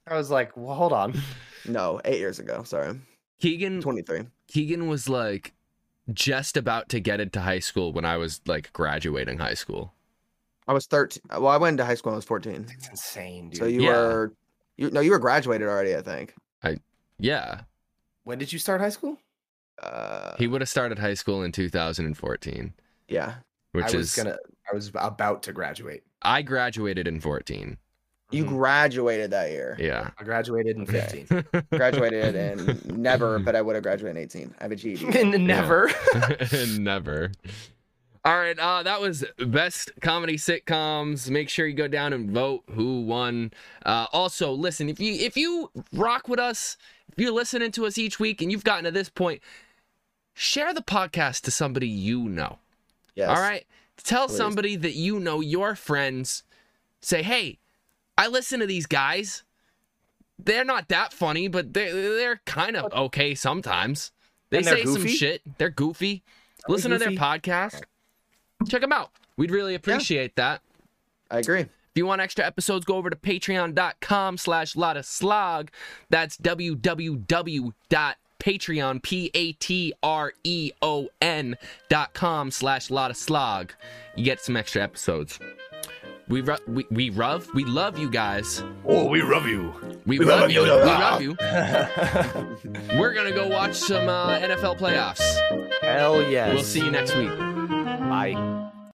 I was like, well, hold on. No, eight years ago. Sorry, Keegan 23. Keegan was like just about to get into high school when I was like graduating high school. I was 13. Well, I went into high school. When I was 14. It's insane, dude. So you Yeah. were. You no, you were graduated already. I think. Yeah. when did you start high school? Uh, He would have started high school in 2014, yeah. which I is was gonna. I was about to graduate. I graduated in 14. You Mm-hmm. Mhm. graduated that year. Yeah. I graduated in 15. Graduated and never, but I would have graduated in 18. I have a E GED. and never. Never. All right, uh, that was best comedy sitcoms. Make sure you go down and vote who won. Uh, also, listen if you if you rock with us, if you're listening to us each week, and you've gotten to this point, share the podcast to somebody you know. Yes. All right, Tell Please. somebody that you know, your friends, say, "Hey, I listen to these guys. They're not that funny, but they they're kind of okay sometimes. They And they're say some goofy? shit. They're goofy. listen to goofy? their podcast. Check them out. We'd really appreciate that." I agree. If you want extra episodes, go over to patreon.com slash lot of slog. That's www.patreon, P-A-T-R-E-O-N E dot com slash lot of slog. You get some extra episodes. We, ru- we, we love, we love you guys. Oh, we love you. We, love, you. We love you. We're going to go watch some uh, NFL playoffs. Hell yes. We'll see you next week. Bye.